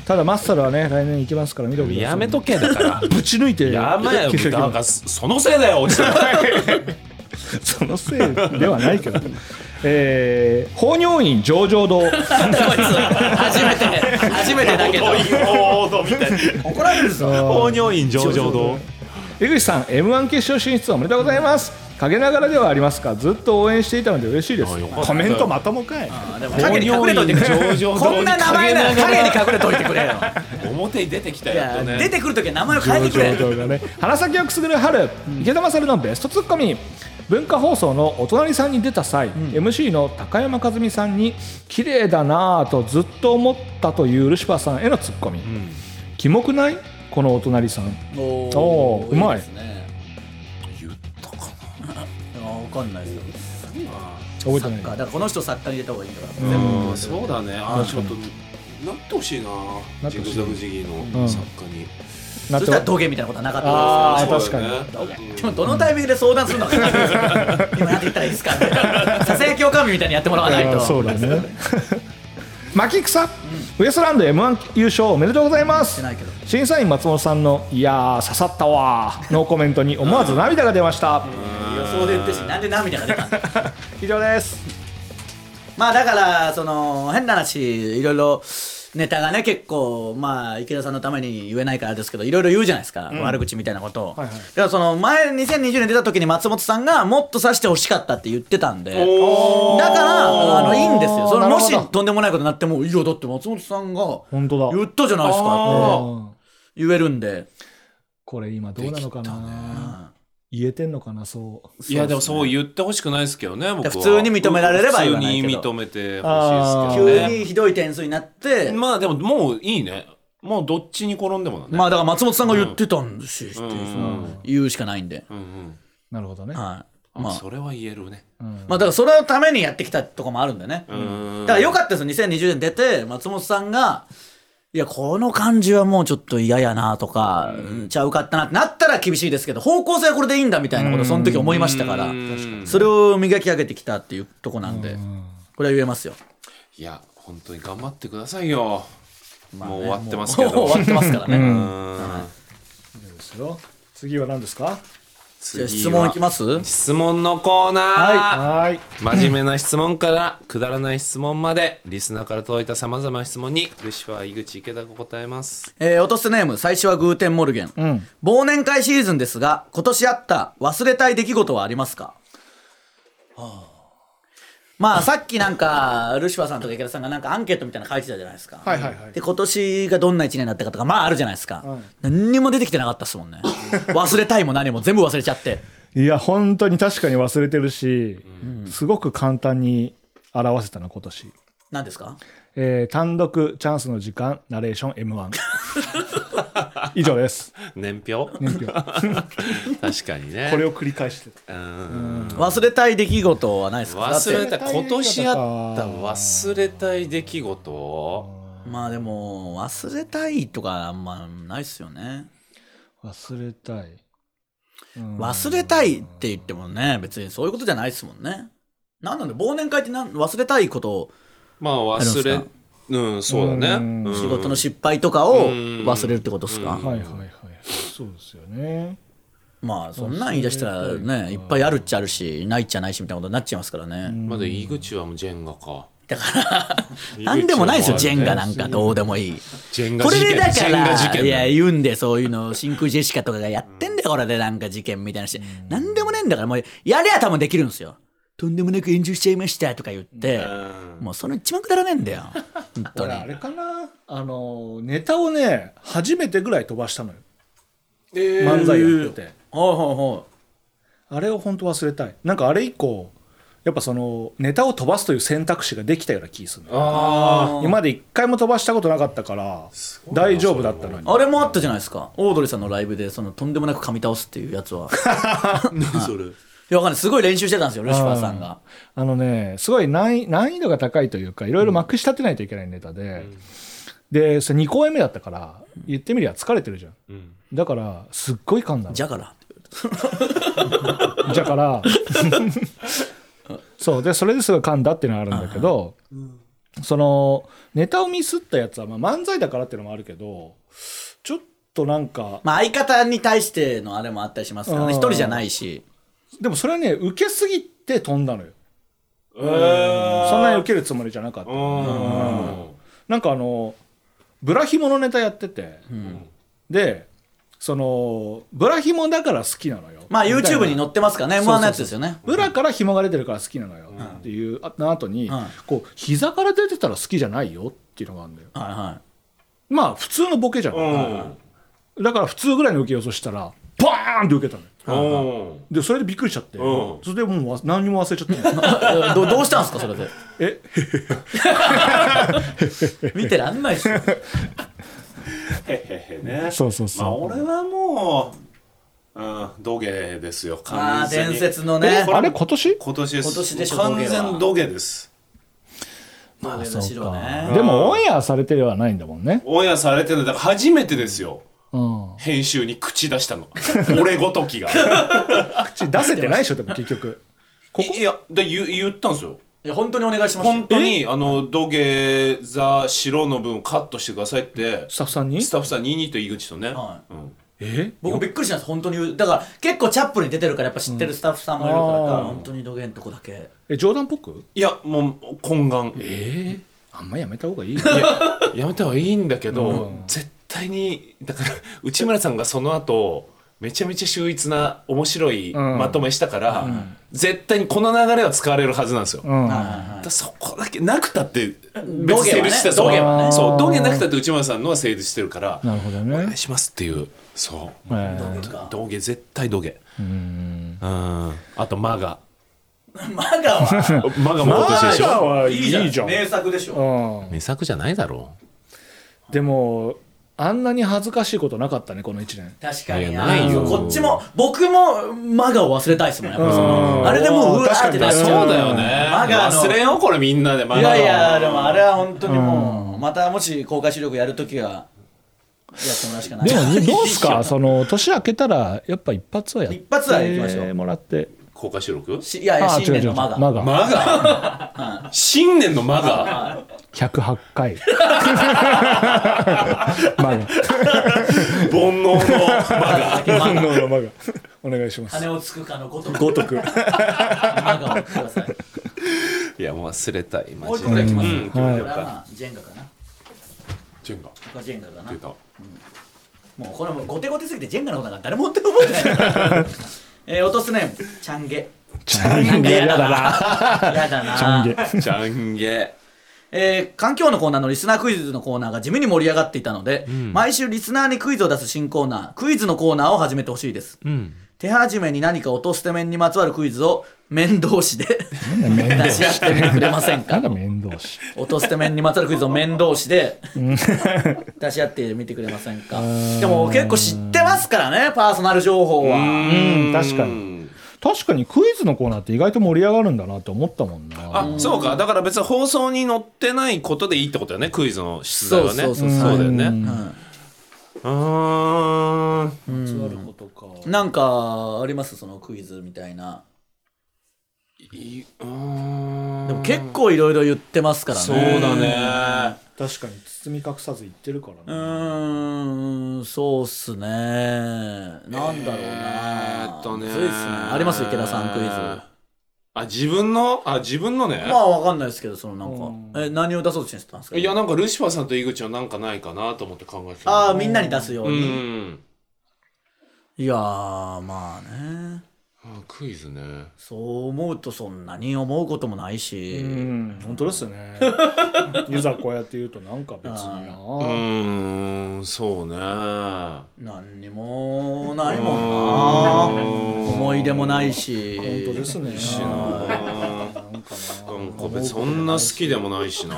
S2: ただマッサルはね来年行きますから見ておいてくださ
S1: や
S2: い
S1: めとけだから
S2: ぶち抜いて
S1: やめ よ
S2: 決勝行きます
S1: なんかそのせいだよ落ちた
S2: そのせいではないけど、 えー、放尿院上々堂
S3: こいつ初めて初めて だけど
S1: おーどみたいな
S3: 怒られるぞ
S1: 放尿院上々堂
S2: 江口さん m 1決勝進出おめでとうございます陰ながらではありますがずっと応援していたので嬉しいです
S1: あよかった
S2: コメントまともかい
S3: あでも影に隠れといてく
S1: 公
S3: れ
S1: 認上場
S3: こんな名前なら
S1: 陰なが
S3: 影
S1: ら
S3: に隠れといてくれよ
S1: 表に出てきた
S3: い
S1: よやっ
S3: や
S1: とね
S3: 出てくるときは名前を変えてくれ
S2: 上々だね花咲をくすぐる春、池田勝のベストツッコミ文化放送の「お隣さん」に出た際、MC の高山和美さんに「綺麗だなぁ」とずっと思ったというルシファーさんへのツッコミ、キモくないこのお隣さん
S3: お
S2: おーうまい
S3: ですね
S1: 言ったか
S3: わかんないですよ
S2: 覚え
S3: サ
S2: てな
S3: ッ
S2: い
S3: カーだからこの人サッカーに入れた方がいいから
S1: な、
S2: うん
S1: うんそうだねあーちょっとなってほしい
S2: な
S1: な
S2: って
S1: ジ
S2: ほしい
S1: グザグジギー
S2: う
S1: の
S2: ん
S1: 作家に、
S2: なって
S3: そしたら土下みたいなことはなかった
S2: あー
S3: です
S1: そうだよね
S3: どうかでもどのタイミングで相談するのか分かんないですよ今なんて言ったらいいですかみたい なささやきおかみみたいにやってもらわない
S2: い
S3: と
S2: やそうだね 巻草、ウエストランド m 1優勝おめでとうございま
S3: し
S2: す
S3: てないけど
S2: 審査員松本さんの「いやー刺さったわー」のコメントに思わず涙が出ました
S3: 予想で言ってしなんで涙が出たんだ
S2: 以上です
S3: まあだからその変な話いろいろネタがね結構まあ池田さんのために言えないからですけどいろいろ言うじゃないですか、悪口みたいなことを、
S2: はいはい
S3: だからその前2020年出た時に松本さんがもっと刺してほしかったって言ってたんでだからあのいいんですよその
S2: なる
S3: も
S2: ほ
S3: し
S2: ど
S3: とんでもないことになってもいやだって松本さんが
S2: 本当だ
S3: 言ったじゃないですか
S2: うん
S3: 言えるんで
S2: これ今どうなのかな、言えてんのかなそう
S1: いやでもそう言ってほしくないですけどね僕は
S3: 普通に認められれば言わないけど
S1: 普通に認めてほしいですけ
S3: 急
S1: どね
S3: にひどい点数になって
S1: まあでももういいねもうどっちに転んでもだね、
S3: まあだから松本さんが言ってたんですし、っていうその
S1: ん
S3: 言うしかないんで、
S1: うんうん
S2: なるほどね、
S3: はい
S1: ま
S3: ま
S1: あ、
S3: あ
S1: それは言えるね
S3: まあだからそれのためにやってきたとこもあるんだよね。
S1: ん
S3: だから良かったですよ、2020年出て、松本さんが、いや、この感じはもうちょっと嫌やなとか、うんちゃうかったなってなったら厳しいですけど、方向性はこれでいいんだみたいなことをその時思いましたから、それを磨き上げてきたっていうとこなんで、これは言えますよ。
S1: いや本当に頑張ってくださいよ、もう終わってますけ
S3: もう
S1: ど
S3: 終わってますから
S1: う
S3: ね。
S1: ん
S2: そうですよ次は何ですか
S3: じゃあ
S1: 次
S3: 質問いきますす
S1: 質問のコーナー、
S2: はいはい
S1: 真面目な質問からくだらない質問までリスナーから届いたさまざまな質問にルシファー井口池田が答えます
S3: えー、落とすネーム、最初はグーテンモルゲン。
S2: ん
S3: 忘年会シーズンですが、今年あった忘れたい出来事はありますかまあ、さっきなんか、ルシファーさんとか池田さんがなんかアンケートみたいなの書いてたじゃないですか。
S2: はいはいはい
S3: で、今年がどんな一年になったかとか、まああるじゃないですか。
S2: はい
S3: 何にも出てきてなかったですも んね。忘れたいも何も全部忘れちゃって。
S2: いや本当に確かに忘れてるし、すごく簡単に表せたな今年、
S3: 何ですか
S2: えー単独チャンスの時間ナレーション m 1 以上です
S1: 年表
S2: 年表こ
S1: 確かにね
S2: れを繰り返して
S1: うん
S3: 忘れたい出来事はないですか
S1: 忘れた
S3: だ
S2: だって
S1: 今年あった忘れたい出来事
S3: ってまあでも、忘れたいとかあんまないっすよね。
S2: 忘れたい、うん
S3: 忘れたいって言ってもね別にそういうことじゃないですもんねなんなんで忘年会ってなん忘れたいことを
S1: まあ忘れうんそうだね
S2: うん
S1: うん
S3: 仕事の失敗とかを
S1: うん
S3: 忘れるってことですか、
S2: はいはいはいそうですよね
S3: まあそんなん言い出したらねいっぱいあるっちゃあるしないっちゃないしみたいなことになっちゃいますからね、
S1: まだ井口はもうジェンガか
S3: だからなんでもないですよジェンガなんかどうでもいい
S1: ジェンガ
S3: こ
S1: 事
S3: れ
S1: 件
S3: でだか
S1: ジェンガ事
S3: ら
S1: 件
S3: いや言うんでそういうの真空ジェシカとかがやってんだよこれでなんか事件みたいなしてなんでもねえんだからもうやりゃ多分できるんですよとんでもなく炎上しちゃいましたとか言って、もうその一番くだらねえんだよ。本当
S2: 俺あ
S3: に。
S2: れかなあのネタをね初めてぐらい飛ばしたのよ
S1: え
S2: 漫才やってて
S3: ほうほうほ
S2: あれを本当忘れたいなんかあれ以降やっぱそのネタを飛ばすという選択肢ができたような気がするのよ
S1: あ
S2: 今まで一回も飛ばしたことなかったから
S1: ごいな
S2: 大丈夫だったのに
S3: う。あれもあったじゃないですか。オードリーさんのライブで、そのとんでもなく噛み倒すっていうや つは。い
S1: あ何それ
S3: や、わかんない。すごい練習してたんですよ、ルシファーさんが。
S2: あのねすごい難易難易度が高いというかいろいろまくし立てないといけないネタで、でそれ2公演目だったから言ってみりゃ疲れてるじゃん
S1: うん
S2: だからすっごい噛んだの
S3: じゃから。
S2: だからそうでそれですごい噛んだっていうのはあるんだけど、そのネタをミスったやつは、まあ、漫才だからっていうのもあるけどちょっとなんか
S3: まあ、相方に対してのあれもあったりしますからね。
S2: うん
S3: 一人じゃないし。
S2: でもそれはね受けすぎて飛んだのよ
S1: えー
S2: そんなに受けるつもりじゃなかった
S1: うん
S2: なんかあのブラヒモのネタやってて、でそのブラヒモだから好きなのよ
S3: まあ YouTube に載ってますからね M1 のやつですよね
S2: 裏から紐が出てるから好きなのよっていうあの後に
S3: うん
S2: こう膝から出てたら好きじゃないよっていうのがあるんだよ
S3: はいは
S2: まあ普通のボケじゃん、
S1: うん
S2: だから普通ぐらいの受けようとしたらバーンって受けたのよ
S1: うん
S2: でそれでびっくりしちゃって、
S1: うん
S2: それでもうわ何にも忘れちゃった
S3: いどどう したんですかそれで
S2: え
S3: 見てらんないっす よ
S1: へへへね
S2: そうそうそう
S1: まあ俺はもう、うん、土下ですよ
S3: あ
S1: 完
S3: あ
S1: 全
S3: 伝
S1: に
S3: 説の
S2: え
S3: ね
S2: あれ今年
S1: 今年です
S3: 今年でしょ
S1: 完
S3: 土下は
S1: 全土下です
S3: まあねむしろね
S2: でもオンエアされてではないんだもんね、
S1: オンエアされてるのだから初めてです よ
S2: うん、
S1: 編集に口出したの俺ごと きが
S2: 口出せてないでしょでも結局 ここ
S1: いやで言言ったんですよ
S3: いや本当にお願いします
S1: 本当にあの土下座白の分カットしてくださいって
S2: スタッフさんに
S1: スタッフさん22と井口とね、
S3: は
S1: うん
S2: え
S3: 僕びっくりしたんです本当に言うだから結構チャップに出てるからやっぱ知ってるスタッフさんもいるから,、
S2: うんあー
S3: 本当に土下んとこだけ
S2: え冗談っぽく
S1: いやもう懇願
S2: ええあんまやめた方がいいよ
S1: いややめた方がいいんだけど、
S2: うん
S1: 絶対にだから内村さんがその後めちゃめちゃ秀逸な面白い
S2: うん
S1: まとめしたから、絶対にこの流れは使われるはずなんですよ。
S2: うん
S1: だからそこだけなくたって
S3: 道
S1: 別
S3: 芸
S1: 成
S3: はね
S1: 立してそう
S3: 道芸
S2: はね
S1: そう道芸なくたって内村さんのは成立してるから
S2: なるほど
S1: お願
S2: ね
S1: いしますっていうそう、
S2: え
S3: 土下
S1: 本
S3: か
S1: 当道芸絶対道芸
S2: うん
S1: うんあとマガ
S3: マガは
S1: マガも今年でし
S2: マガ
S1: ょ
S2: はいいじゃん
S3: 名作でしょ
S2: うん
S1: 名作じゃないだろう
S2: でもあんなに恥ずかしいことなかったねこの1年
S3: 確かに
S1: いやないよ
S3: あーこっちも僕もマガを忘れたいですもんやっぱそ
S2: うん
S3: のあれでもううわーっ
S2: 確かに
S3: て
S2: ね
S3: なっちゃう
S1: そうだよね
S3: マガの
S1: 忘れようこれみんなでマガ
S3: い
S1: の
S3: やいやでもあれは本当にもう、またもし公開収録やるときはやってもらうしかない
S2: でもねどうすかその年明けたらやっぱ一発はやっ
S3: 一発は行きましょう
S2: てもらって
S1: 公開収録
S3: しいやいや
S2: ああ
S3: 新年のマガ
S2: 違う違うマガ
S1: マガ新年のマガ
S2: 108回
S1: 煩悩
S2: マガ
S1: のマガ
S2: 反応のマガ お願いします
S3: 羽をつくかのごとく
S2: ごとく
S3: マガをください
S1: いやもう忘れたいマ
S3: もう一
S1: ジ
S3: 個ぐら
S1: で
S3: い来ます、
S1: うん
S3: こ
S2: はい
S3: れはまあジェンガかな
S1: ジェンガ
S3: 僕はジェンガかな
S1: 出た
S3: もうこれもうゴテゴテすぎてジェンガのことなんか誰もって覚えてない えー、落とすねチャンゲ
S2: チャンゲやだな
S3: やだな
S2: チャンゲ
S1: ジャンゲ
S3: えー環境のコーナーのリスナークイズのコーナーが地味に盛り上がっていたので、毎週リスナーにクイズを出す新コーナークイズのコーナーを始めてほしいです、
S1: ん
S3: 手始めに何か落とすて面にまつわるクイズを面同士で
S2: 面
S3: 出し合ってみてくれません
S2: な
S3: か
S2: んだ面倒し
S3: 落とすて面にまつわるクイズを面同士で出し合ってみてくれませんかでも結構知ってますからねパーソナル情報は
S2: うん確かに確かにクイズのコーナーって意外と盛り上がるんだなって思ったもんな
S1: あそうかだから別に放送に載ってないことでいいってことだよねクイズの出題はね
S3: そうそうそう
S1: そうだよね
S2: う
S1: うんーん
S2: 座ることか
S3: なんかありますそのクイズみたいない
S1: うん
S3: でも結構いろいろ言ってますからね
S1: そうだね
S2: 確かに包み隠さず言ってるから
S3: うーん、そうっすね。なんだろうな。
S1: えーっとね
S3: むずいっすね。あります池田さんクイズ。
S1: あ自分のあ自分のね
S3: まあわかんないですけど、そのなんか、
S2: う
S3: え何を出そうとしてたんですか。
S1: いやなんかルシファーさんと井口はなんかないかなと思って考えてた
S3: ああ
S1: あ
S3: みんなに出すよう
S1: う
S3: に。
S1: ん
S3: いやーまあね。
S1: あクイズね
S3: そう思うとそんなに思うこともないし。
S2: うん本当ですよねいざこうやって言うとなんか別に
S1: う
S2: な
S1: ーんそうねあ
S3: 何にもないもんな思い出もないし
S2: 本当ですね
S1: しな
S2: なんかな
S1: なんか別にそんな好きでもないし な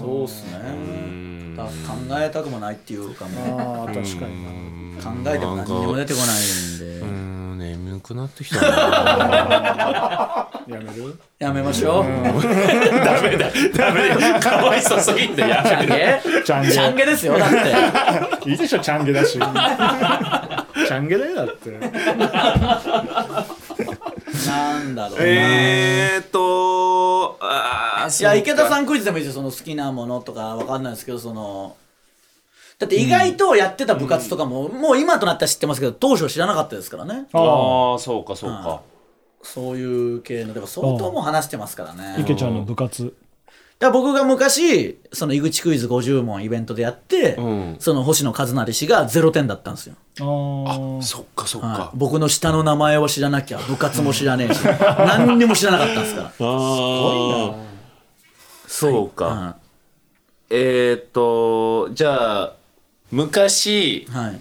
S3: そうっすね
S1: うん
S3: だから考えたくもないっていうかもう
S2: あー確かにな
S3: 考えても何にも出てこないんで
S1: うーん眠くなってきたな
S2: やめる
S3: やめましょう。
S1: ダメだダメだかわいそうすぎんだ
S3: チ
S1: や
S3: ャンゲ
S2: チャンゲ
S3: チャンゲですよ、だって。
S2: いいでしょチャンゲだしチャンゲだよだって
S3: なんだろうな。
S1: えーっとあー
S3: いや、池田
S1: ん
S3: さんクイズでもいいですよ、その好きなものとかわかんないですけど、その。だって意外とやってた部活とかも、もう今となったら知ってますけど、当初知らなかったですからね。
S2: あ
S1: ああそうかそうか
S3: そういう系の、でも相当もう話してますから
S2: あ
S3: ね。
S2: 池ちゃんの部活
S3: や僕が昔その井口クイズ50問イベントでやって、
S1: うん
S3: その星野一成氏が0点だったんですよ、
S2: あ
S1: そっかそっ
S3: はい
S1: か。
S3: 僕の下の名前は知らなきゃ部活も知ら ねえし何にも知らなかったんですから
S1: あーそうか。
S3: は
S1: えーっとじゃあ昔
S3: いはい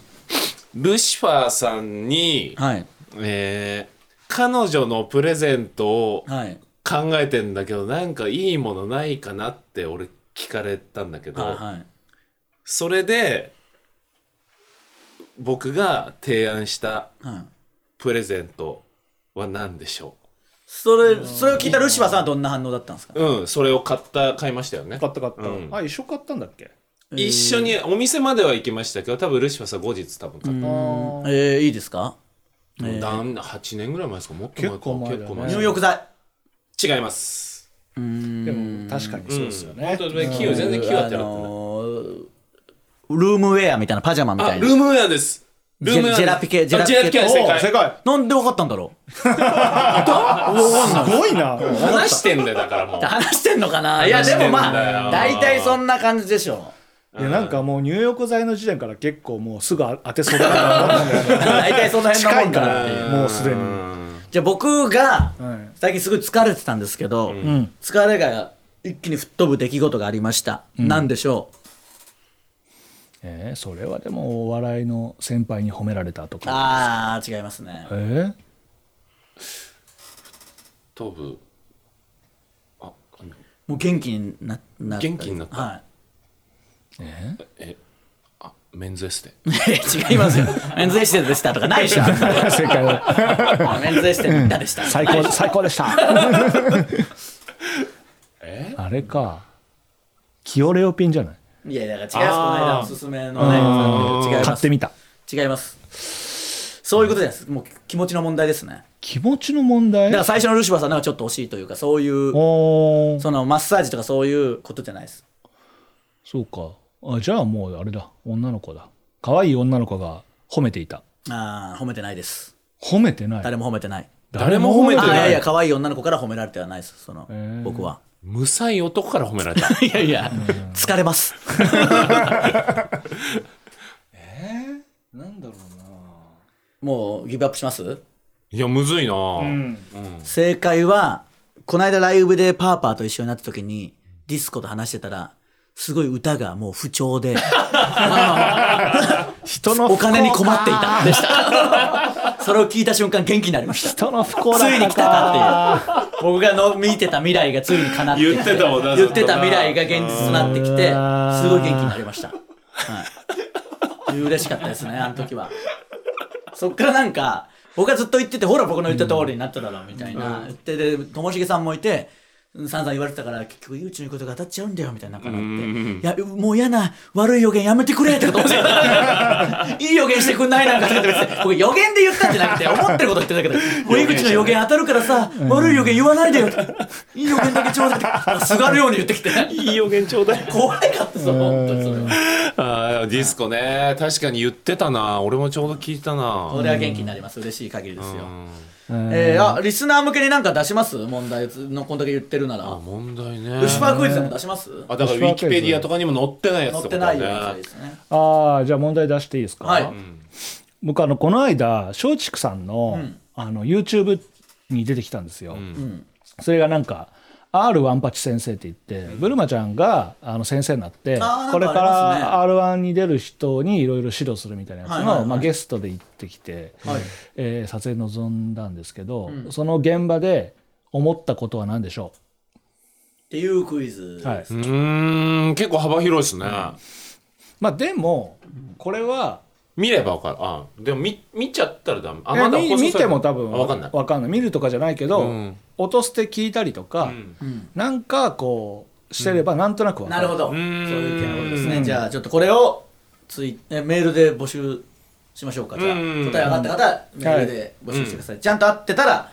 S1: ルシファーさんに、
S3: はい
S1: えー彼女のプレゼントを
S3: はい
S1: 考えてんだけどなんかいいものないかなって俺聞かれたんだけど、
S3: はい
S1: それで僕が提案した
S3: はい
S1: プレゼントは何でしょ
S3: それそれを聞いたルシファーさんはどんな反応だったんですか
S1: ううんそれを買った買いましたよね
S2: 買った買った、
S1: うん
S2: あ一緒買ったんだっけ
S1: 一緒にお店までは行きましたけど多分ルシファーさん後日多分買った、
S2: あー
S3: えー、いいですか
S1: もう何8年ぐらい前ですかもっと前か
S2: 結構前だね
S1: 結構前
S3: 入浴剤
S1: 違います。
S2: でも確かにそうですよね、
S1: 本当にキヨ全然キヨってなってない。
S3: ルームウェアみたいなパジャマみた
S1: あ、
S3: い
S1: ル
S3: な
S1: ームウェアです。ルームウェアです。
S3: ジェラピケ
S1: あジ
S3: ジ
S1: ェ
S3: ェ
S1: ラ
S3: ラ
S1: ピケ
S3: ピケ
S2: おー
S1: 正解。
S2: 正解
S3: なんで分かったんだろ
S2: すごいな、
S1: 話してんだよだからも
S3: う
S1: う。
S3: 話してんのかないやでも
S1: 話してんだ
S3: ま
S1: よ
S3: あ大体そんな感じでし ょ
S2: いやなんかもう入浴剤の時点から結構もうすぐ当てそうだなと思ったんだよ
S3: う大体そんな変なもんだなっていう
S2: 近いもうすでに
S3: じゃあ僕が
S2: はい
S3: 最近すごい疲れてたんですけど、
S2: ん
S3: 疲れが一気に吹っ飛ぶ出来事がありました、なんでしょう
S2: えーそれはでもお笑いの先輩に褒められたとか
S3: あー違いますね
S2: えー
S1: 飛ぶ。あ、
S3: もう元気になな
S1: 元気になった
S3: はい
S1: あ、メンズエステ。
S3: 違いますよ。メンズエステでしたとかないで しょ。
S2: 正解は
S3: メンズエステでしたでした。
S2: 最高最高でした
S1: え？
S2: あれかキオレオピンじゃない
S3: いやいや、違います。こ
S1: あー
S3: の間おすすめのね、違い
S2: 買
S3: ま
S2: って
S3: す。
S2: みた
S3: 違います。そういうことです。もう気持ちの問題ですね。
S2: 気持ちの問題
S3: だから最初のルシファーさんなんかちょっと惜しいというか、そういう、
S2: おー
S3: そのマッサージとかそういうことじゃないです。
S2: そうかあじゃあもうあれだ女の子だ可愛い女の子が褒めていた
S3: ああ、褒めてないです。
S2: 褒めてない
S3: 誰も褒めてない。
S1: 誰も褒め
S3: あ
S1: て
S3: ーい
S1: な
S3: やい
S1: い。
S3: や、可愛い女の子から褒められてはないです。その、僕は。
S1: 無才男から褒め られた。
S3: いやいや、疲れ ます。
S2: なんだろ
S3: もうギブアップします
S1: いやむずいな。
S3: 正解はこの間ライブでパーパーと一緒になった時にディスコと話してたらすごい歌がもう不調 で
S2: 人の不幸
S3: お金に困っていたでした それを聞いた瞬間元気になりま した
S2: 人の不幸だ
S3: つ
S2: った
S3: いに来たかっていう僕がの見てた未来がついに叶ってき
S1: 言ってたもんな
S3: 言ってた未来が現実となってきて
S2: うわー
S3: すごい元気になりました、はい、嬉しかったですねあの時はそっからなんか僕がずっと言っててほら僕の言った通りになっただろうみたいな、言ってでともしげさんもいてさんざん言われてたから結局井口の言うことが当たっちゃうんだよみたいななんかなっていやもう嫌な悪い予言やめてくれとかと思って いい予言してくんないなんかとかって別に僕予言で言ったんじゃなくて思ってること言ってたけどもう井口の予言当たるからさ悪い予言言わないでよいい予言だけちょうだいってすがるように言ってきて
S1: いい予言ちょうだい。
S3: 怖かったぞ本当にそれは
S1: あー、ディスコね。確かに言ってたな。俺もちょうど聞いた
S3: こ
S1: な。
S3: れは元気になります嬉しい限りですよ
S2: うん
S3: えー、あリスナー向けになんか出します問題のこんだけ言ってるな
S1: あ、
S3: ら
S1: 問題ね。
S3: 牛パークイズでも出します
S1: あ、だからウィキペディアとかにも載ってないやつ
S3: 載
S1: っ
S3: ってて
S1: ことだ
S3: ないようなやつ
S1: ね
S3: で。すね
S2: ああじゃあ問題出していいですか、
S3: はい
S2: 僕あのこの間松竹さんの,、あの YouTube に出てきたんですよ、それがなんか r 1パチ先生って言って、ブルマちゃんがあの先生になって
S3: あー
S2: これか
S3: なんから
S2: r 1に出る人にいろいろ指導するみたいなやつの、
S3: はいはいはい
S2: まあ、ゲストで行ってきて、
S3: はい
S2: えー撮影臨んだんですけど、その現場で思ったことは何でしょ
S3: っていうクイズ
S2: う、はい
S1: うん。うーん、結構幅広いですね。
S2: まあ、でもこれは
S1: 見ればわかる。あ、でも見見ちゃったらダメ。あ、
S2: いや見
S1: 放送され
S2: 見
S1: る
S2: ても多分
S1: あわかんない。
S2: わかんない見るとかじゃないけど、
S1: うん
S2: 音捨て聞いたりとか、なんかこうしてればなんとなくわか
S3: な
S2: る,、
S3: るほどそう
S1: ーん
S3: いう系のことですねじゃあちょっとこれをツイえメールで募集しましょうかじゃあ
S1: う
S3: 答
S1: ん
S3: え上がった方はメールで募集してください、ちゃんと合ってたら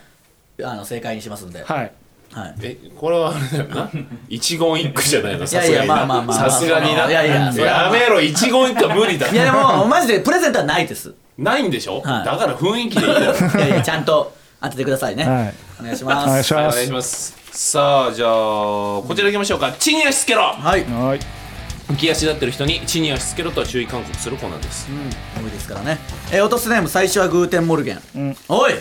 S3: あの正解にしますんで、
S2: はい
S3: はい、
S1: え、これはあれだよな。一言一句じゃないの。
S3: いやいやまあまあまあまあ
S1: さすがにな。
S3: いやいやそれは
S1: やめろ、一言一句は無理だ。
S3: いやでもマジでプレゼントはないです
S1: ないんでしょ。
S3: はい
S1: だから雰囲気でいいだろ。
S3: いやいやちゃんと当ててくださいね、
S2: はい
S3: お願いします
S2: お願いし
S1: お
S2: ます
S1: 願いします。さあじゃあこちらいきましょうか地に足つけろ
S3: はい
S2: はい
S1: 浮き足立ってる人に地に足つけろとは注意勧告するコーナーです
S3: ダメですからねえー落とすネーム最初はグーテンモルゲン、おい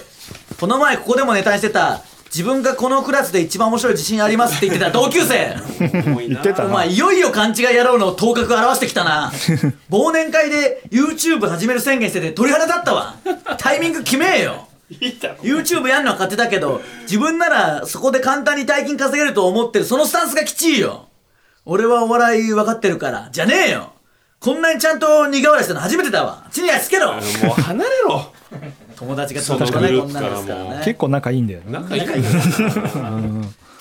S3: この前ここでもネタにしてた自分がこのクラスで一番面白い自信ありますって言ってた 同級生
S1: 言
S2: 言ってた
S3: お前いよいよ勘違い野郎の頭角表してきたな忘年会で YouTube 始める宣言してて鳥肌立ったわタイミング決めえよ YouTube やんのは勝手だけど自分ならそこで簡単に大金稼げると思ってるそのスタンスがきちいよ俺はお笑い分かってるからじゃねえよこんなにちゃんと苦笑いしたの初めてだわ地に足つけろ
S1: もう離れろ
S3: 友達が
S1: そ
S3: 友
S1: の
S3: 達がね
S1: グルー
S3: こ
S1: プ
S3: んなんです
S1: か
S3: か
S1: ら
S3: ら
S1: も
S3: ね
S2: 結構仲いいんだよね
S1: 仲いいな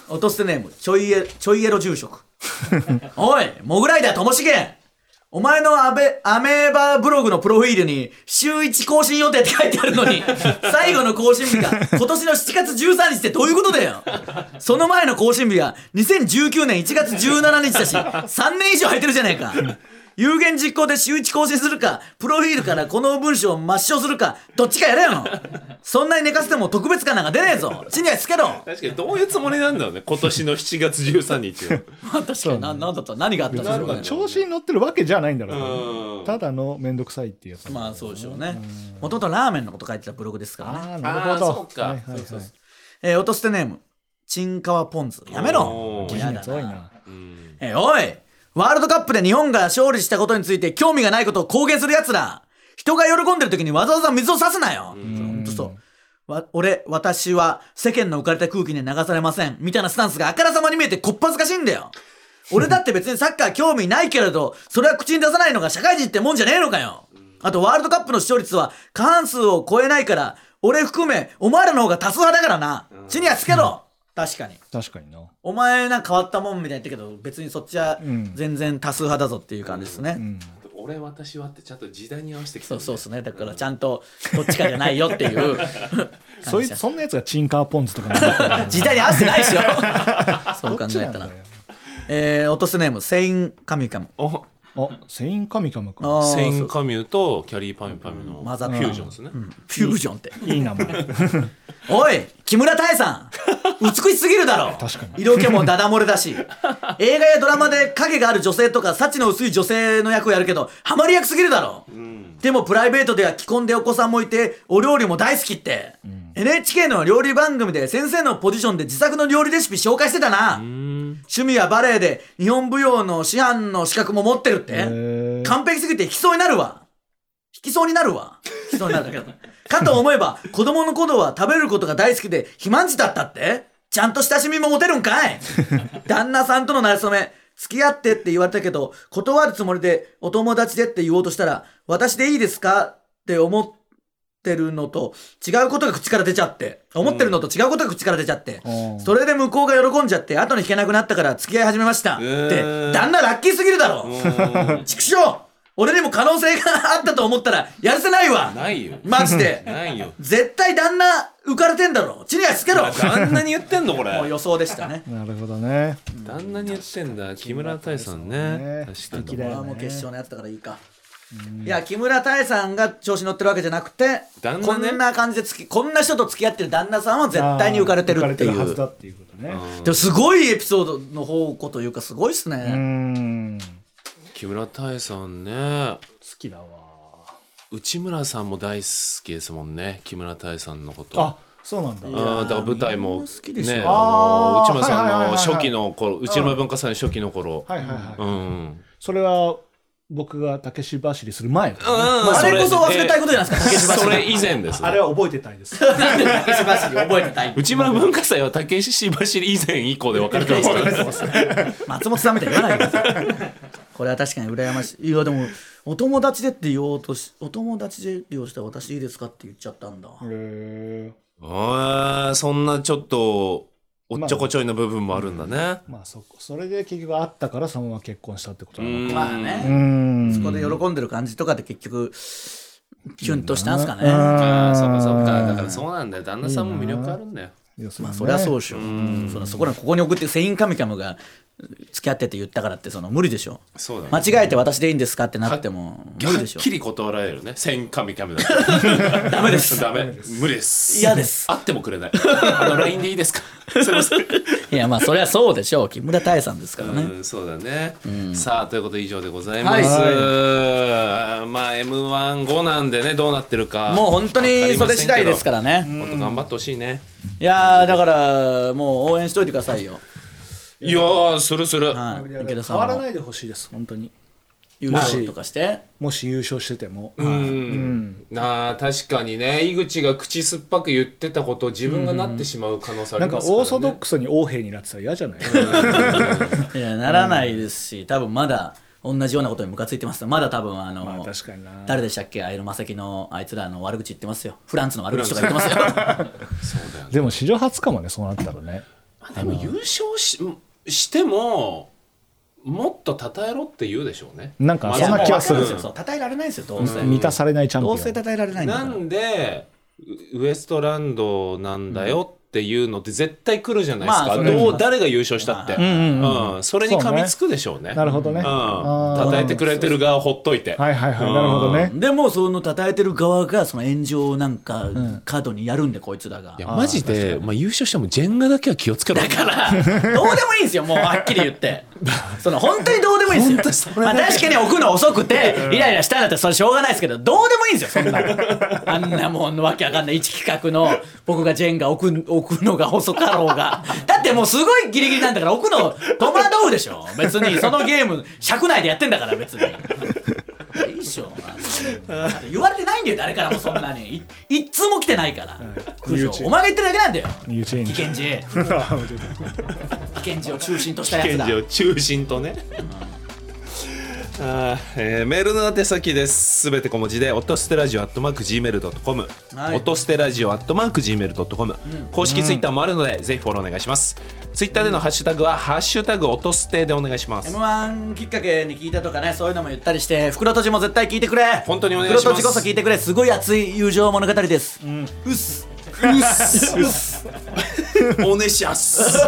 S3: 落とすネームちょいエちょいエロ住職 おいモグライダーともしげお前のアベアメーバブログのプロフィールに週1更新予定って書いてあるのに最後の更新日が今年の7月13日ってどういうことだよその前の更新日が2019年1月17日だし3年以上空いてるじゃないか有言実行で週1更新するかプロフィールからこの文章を抹消するかどっちかやれよそんなに寝かせても特別感なんか出ねえぞ地に足つけろ
S1: 確かにどういうつもりなんだろうね今年の7月13日は
S3: 確かにななんだった何があったんでしょうね
S2: 調子に乗ってるわけじゃないんだろう
S1: うん
S2: ただの面倒くさいっていうやつ
S3: まあそうでしょうねもともとラーメンのこと書いてたブログですからね、
S2: ああなる
S1: あ
S2: ほ
S1: ー
S2: ど
S1: そうか
S2: はいはい
S1: そうそ
S2: はいう
S3: えー、落としてネームチンカワポンズやめろ
S1: おー
S3: 嫌だ
S2: 技術多い
S3: な
S2: な
S3: えーおいワールドカップで日本が勝利したことについて興味がないことを公言するやつら人が喜んでる時にわざわざ水を差すなよ本当そうわ俺私は世間の浮かれた空気に流されませんみたいなスタンスがあからさまに見えてこっぱずかしいんだよ俺だって別にサッカー興味ないけれど、それは口に出さないのが社会人ってもんじゃねえのかよ。あとワールドカップの視聴率は過半数を超えないから、俺含めお前らの方が多数派だからな。地にはつけろ確かに。
S2: 確かにな
S3: お前なんか変わったもんみたいに言ってるけど、別にそっちは全然多数派だぞっていう感じですね。
S1: 俺私はってちゃんと時代に合わせてきた
S3: そうそうですね。だからちゃんとどっちかじゃないよっていう。
S2: そういうそんなやつがチンカーポンズとかなんだから
S3: 時代に合わせてないでしょ。そう考
S2: どっち
S3: え
S2: なん
S3: た
S2: だよ。
S3: らえー、落とすネーム、セインカミカム。
S1: お
S2: あセインカミカムか
S3: あー
S1: セインカミューとキャリーパミュパミュのフ
S3: 混ざった
S1: ュージョンですね
S3: フュージョンって。
S2: いい名前
S3: おい木村多江さん美しすぎるだろ
S2: 確かに
S3: 色気もダダ漏れだし映画やドラマで影がある女性とか幸の薄い女性の役をやるけどハマり役すぎるだろ、でもプライベートでは既婚でお子さんもいてお料理も大好きって、NHK の料理番組で先生のポジションで自作の料理レシピ紹介してたな、趣味はバレエで日本舞踊の師範の資格も持ってるって、
S2: えー
S3: 完璧すぎて引きそうになるわ引きそうになるわ引きそうになるだけどかと思えば子供の頃は食べることが大好きで肥満児だったってちゃんと親しみも持てるんかい旦那さんとの馴れ初め付き合ってって言われたけど断るつもりでお友達でって言おうとしたら私でいいですかって思ってるのと違うことが口から出ちゃって思ってるのと違うことが口から出ちゃって、
S2: うん
S3: それで向こうが喜んじゃって後に引けなくなったから付き合い始めました、って
S1: えー
S3: 旦那ラッキーすぎるだろ、畜生俺にも可能性があったと思ったらやるせないわ
S1: ないよ
S3: マジで
S1: ないよ
S3: 絶対旦那浮かれてんだろ地にはつけろ
S1: あんなに言ってんのこれ
S3: もう予想でしたね
S2: なるほどね
S1: 旦那に言ってんだ木村多江さんね
S2: ね
S1: 確かに
S2: だよ
S3: これ
S2: ね
S3: はもう決勝のやつだからいいかいや木村多江さんが調子乗ってるわけじゃなくて、
S1: 旦
S3: こ
S1: 那ね
S3: んな感じでつきこんな人と付き合ってる旦那さんは絶対に浮かれてるって
S2: 浮かれて
S3: い
S2: るはず
S3: う
S2: だっていうことね
S3: でもすごいエピソードの方向というかすごいっす
S2: うー
S3: ね、
S2: ん好
S1: 木村多江さんね
S2: きだわ
S1: 内村さんも大好きですもんね木村多江さんのこと
S2: あそうなんだ
S1: あーだから舞台も
S3: 好きでしょ
S1: ね
S2: あ
S1: あ
S2: ー
S1: の内村さんの初期
S2: は
S1: の頃内村文化祭の初期の頃
S2: はいはいはい、
S1: うん
S2: それは僕が竹芝走りする前、
S1: うん
S3: あれこそ忘れたいことじゃないですか竹芝
S1: そ
S3: さん
S1: れ以前です
S2: あれは覚えてたいです
S3: なんで竹芝市覚えてたい
S1: 内村文化祭は竹石走り以前以降で分かれてますから
S3: 松本さんみたいに言わないでくださいこれは確かに羨ましいいやでもお友達でって言おうとしお友達で利用したら私いいですかって言っちゃったんだ、
S2: へ
S1: あーそんなちょっとおっちょこちょいの部分もあるんだね。
S2: まあそこそれで結局あったからそのまま結婚したってことなのか
S3: まあね、
S2: うん
S3: そこで喜んでる感じとかで結局キュンとしたんすかね、
S1: あー
S2: あー
S1: そっかそっかだからそうなんだよ旦那さんも魅力あるんだよ。
S2: 要する
S3: まあ
S2: にね
S3: そりゃそうでしょ、そらそこらここに送ってセインカミカムが付き合ってって言ったからってその無理でしょ
S1: そうだね
S3: 間違えて私でいいんですかってなっても無理
S1: はっ
S3: でしょ
S1: きり断られるね千神キャメだったら
S3: ダメです
S1: ダメ無理です
S3: 嫌です
S1: 会ってもくれないあの LINE でいいです かすいません
S3: いやまあそりゃそうでしょう木村多江さんですからね
S1: うん、そうだね、さあということで以上でございます、
S3: はい
S1: あーまあ m 1後なんでねどうなってるか
S3: もう本当にそれ次第ですからね
S1: 本当頑張ってほしいね、
S3: いやーだからもう応援しといてくださいよ
S1: いやーするする、
S3: はい池田さ
S2: 変
S3: ん
S2: わら
S3: も
S2: ないでほしいです本当に
S3: 優勝とかして
S2: もし優勝してても、
S1: うんなあ確かにね井口が口酸っぱく言ってたこと自分がなってしまう可能性あ
S2: な
S1: り
S2: んか
S1: ますから、ね、
S2: オーソドックスに王兵になってたら嫌じゃない、
S3: いやならないですし多分まだ同じようなことにムカついてますまだ多分あの、
S2: まあ 確かにな
S3: 誰でしたっけあいのまさきのあいつらの悪口言ってますよフランスの悪口とか言ってますよ
S2: でも史上初かもねそうなったらね
S1: まあでも優勝ししてももっと称えろって言うでしょうね
S2: なんか そんな気はする
S3: いやもうわかんないですよそう称えられないんですよどうせ、
S2: 満たされないチャンピ
S3: ど
S2: オ
S3: うせ
S2: ン
S3: 称えられないんだ
S1: な
S3: から
S1: んでウウエストランドなんだよっていうのって絶対来るじゃないです
S3: まあ
S1: か、
S3: それは
S1: どう誰が優勝したって、
S2: ん
S1: うんそれに噛みつくでしょうね
S2: なるほどね、
S1: うん、叩いてくれてる側ほっといて、
S2: はいはいはいなるほどね
S3: でもその称えてる側がその炎上をなんか過度にやるんでこいつらが、
S1: いやマジで、まあ、優勝してもジェンガだけは気をつけろだから
S3: どうでもいいんですよもうはっきり言ってその本当にどうでもいいんですよ、まあ、確かに置くの遅くてイライラしたんだったらそれしょうがないですけどどうでもいいんですよそんなのあんなもんのわけわかんない一企画の僕がジェンガ置く置くのが遅かろうがだってもうすごいギリギリなんだから置くの戸惑うでしょ別にそのゲーム尺内でやってんだから別に。いいっしょあのだって言われてないんだよ誰からもそんなにいいっつも来てないから、苦情お前が言ってるだけなんだよ
S2: ユーチェン
S3: 危
S2: ジ
S3: 険児危険児を中心としたやつ
S1: 賢
S3: だ
S1: 治を中心とね。あーえーメールの宛先です。すべて小文字で、音捨てラジオアットマーク Gmail.com、
S3: はい
S1: 音捨てラジオアットマーク Gmail.com、公式ツイッターもあるので、ぜひフォローお願いします。ツイッターでのハッシュタグは、ハッシュタグ音捨てでお願いします。
S3: m 1きっかけに聞いたとかねそういうのも言ったりして袋とじも絶対聞いてくれ
S1: 本当にお願いします
S3: 袋とじこそ聞いてくれすごい熱い友情物語です、うっす
S1: うっす。うっす。おねしゃっす。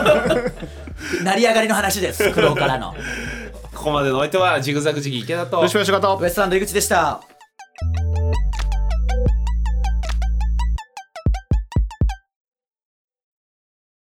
S3: 成り上がりの話です袋からの
S1: ここまでのお相手は、ジグザグジギ池田と
S2: よし。よしよかった
S3: ウエストランド井口でした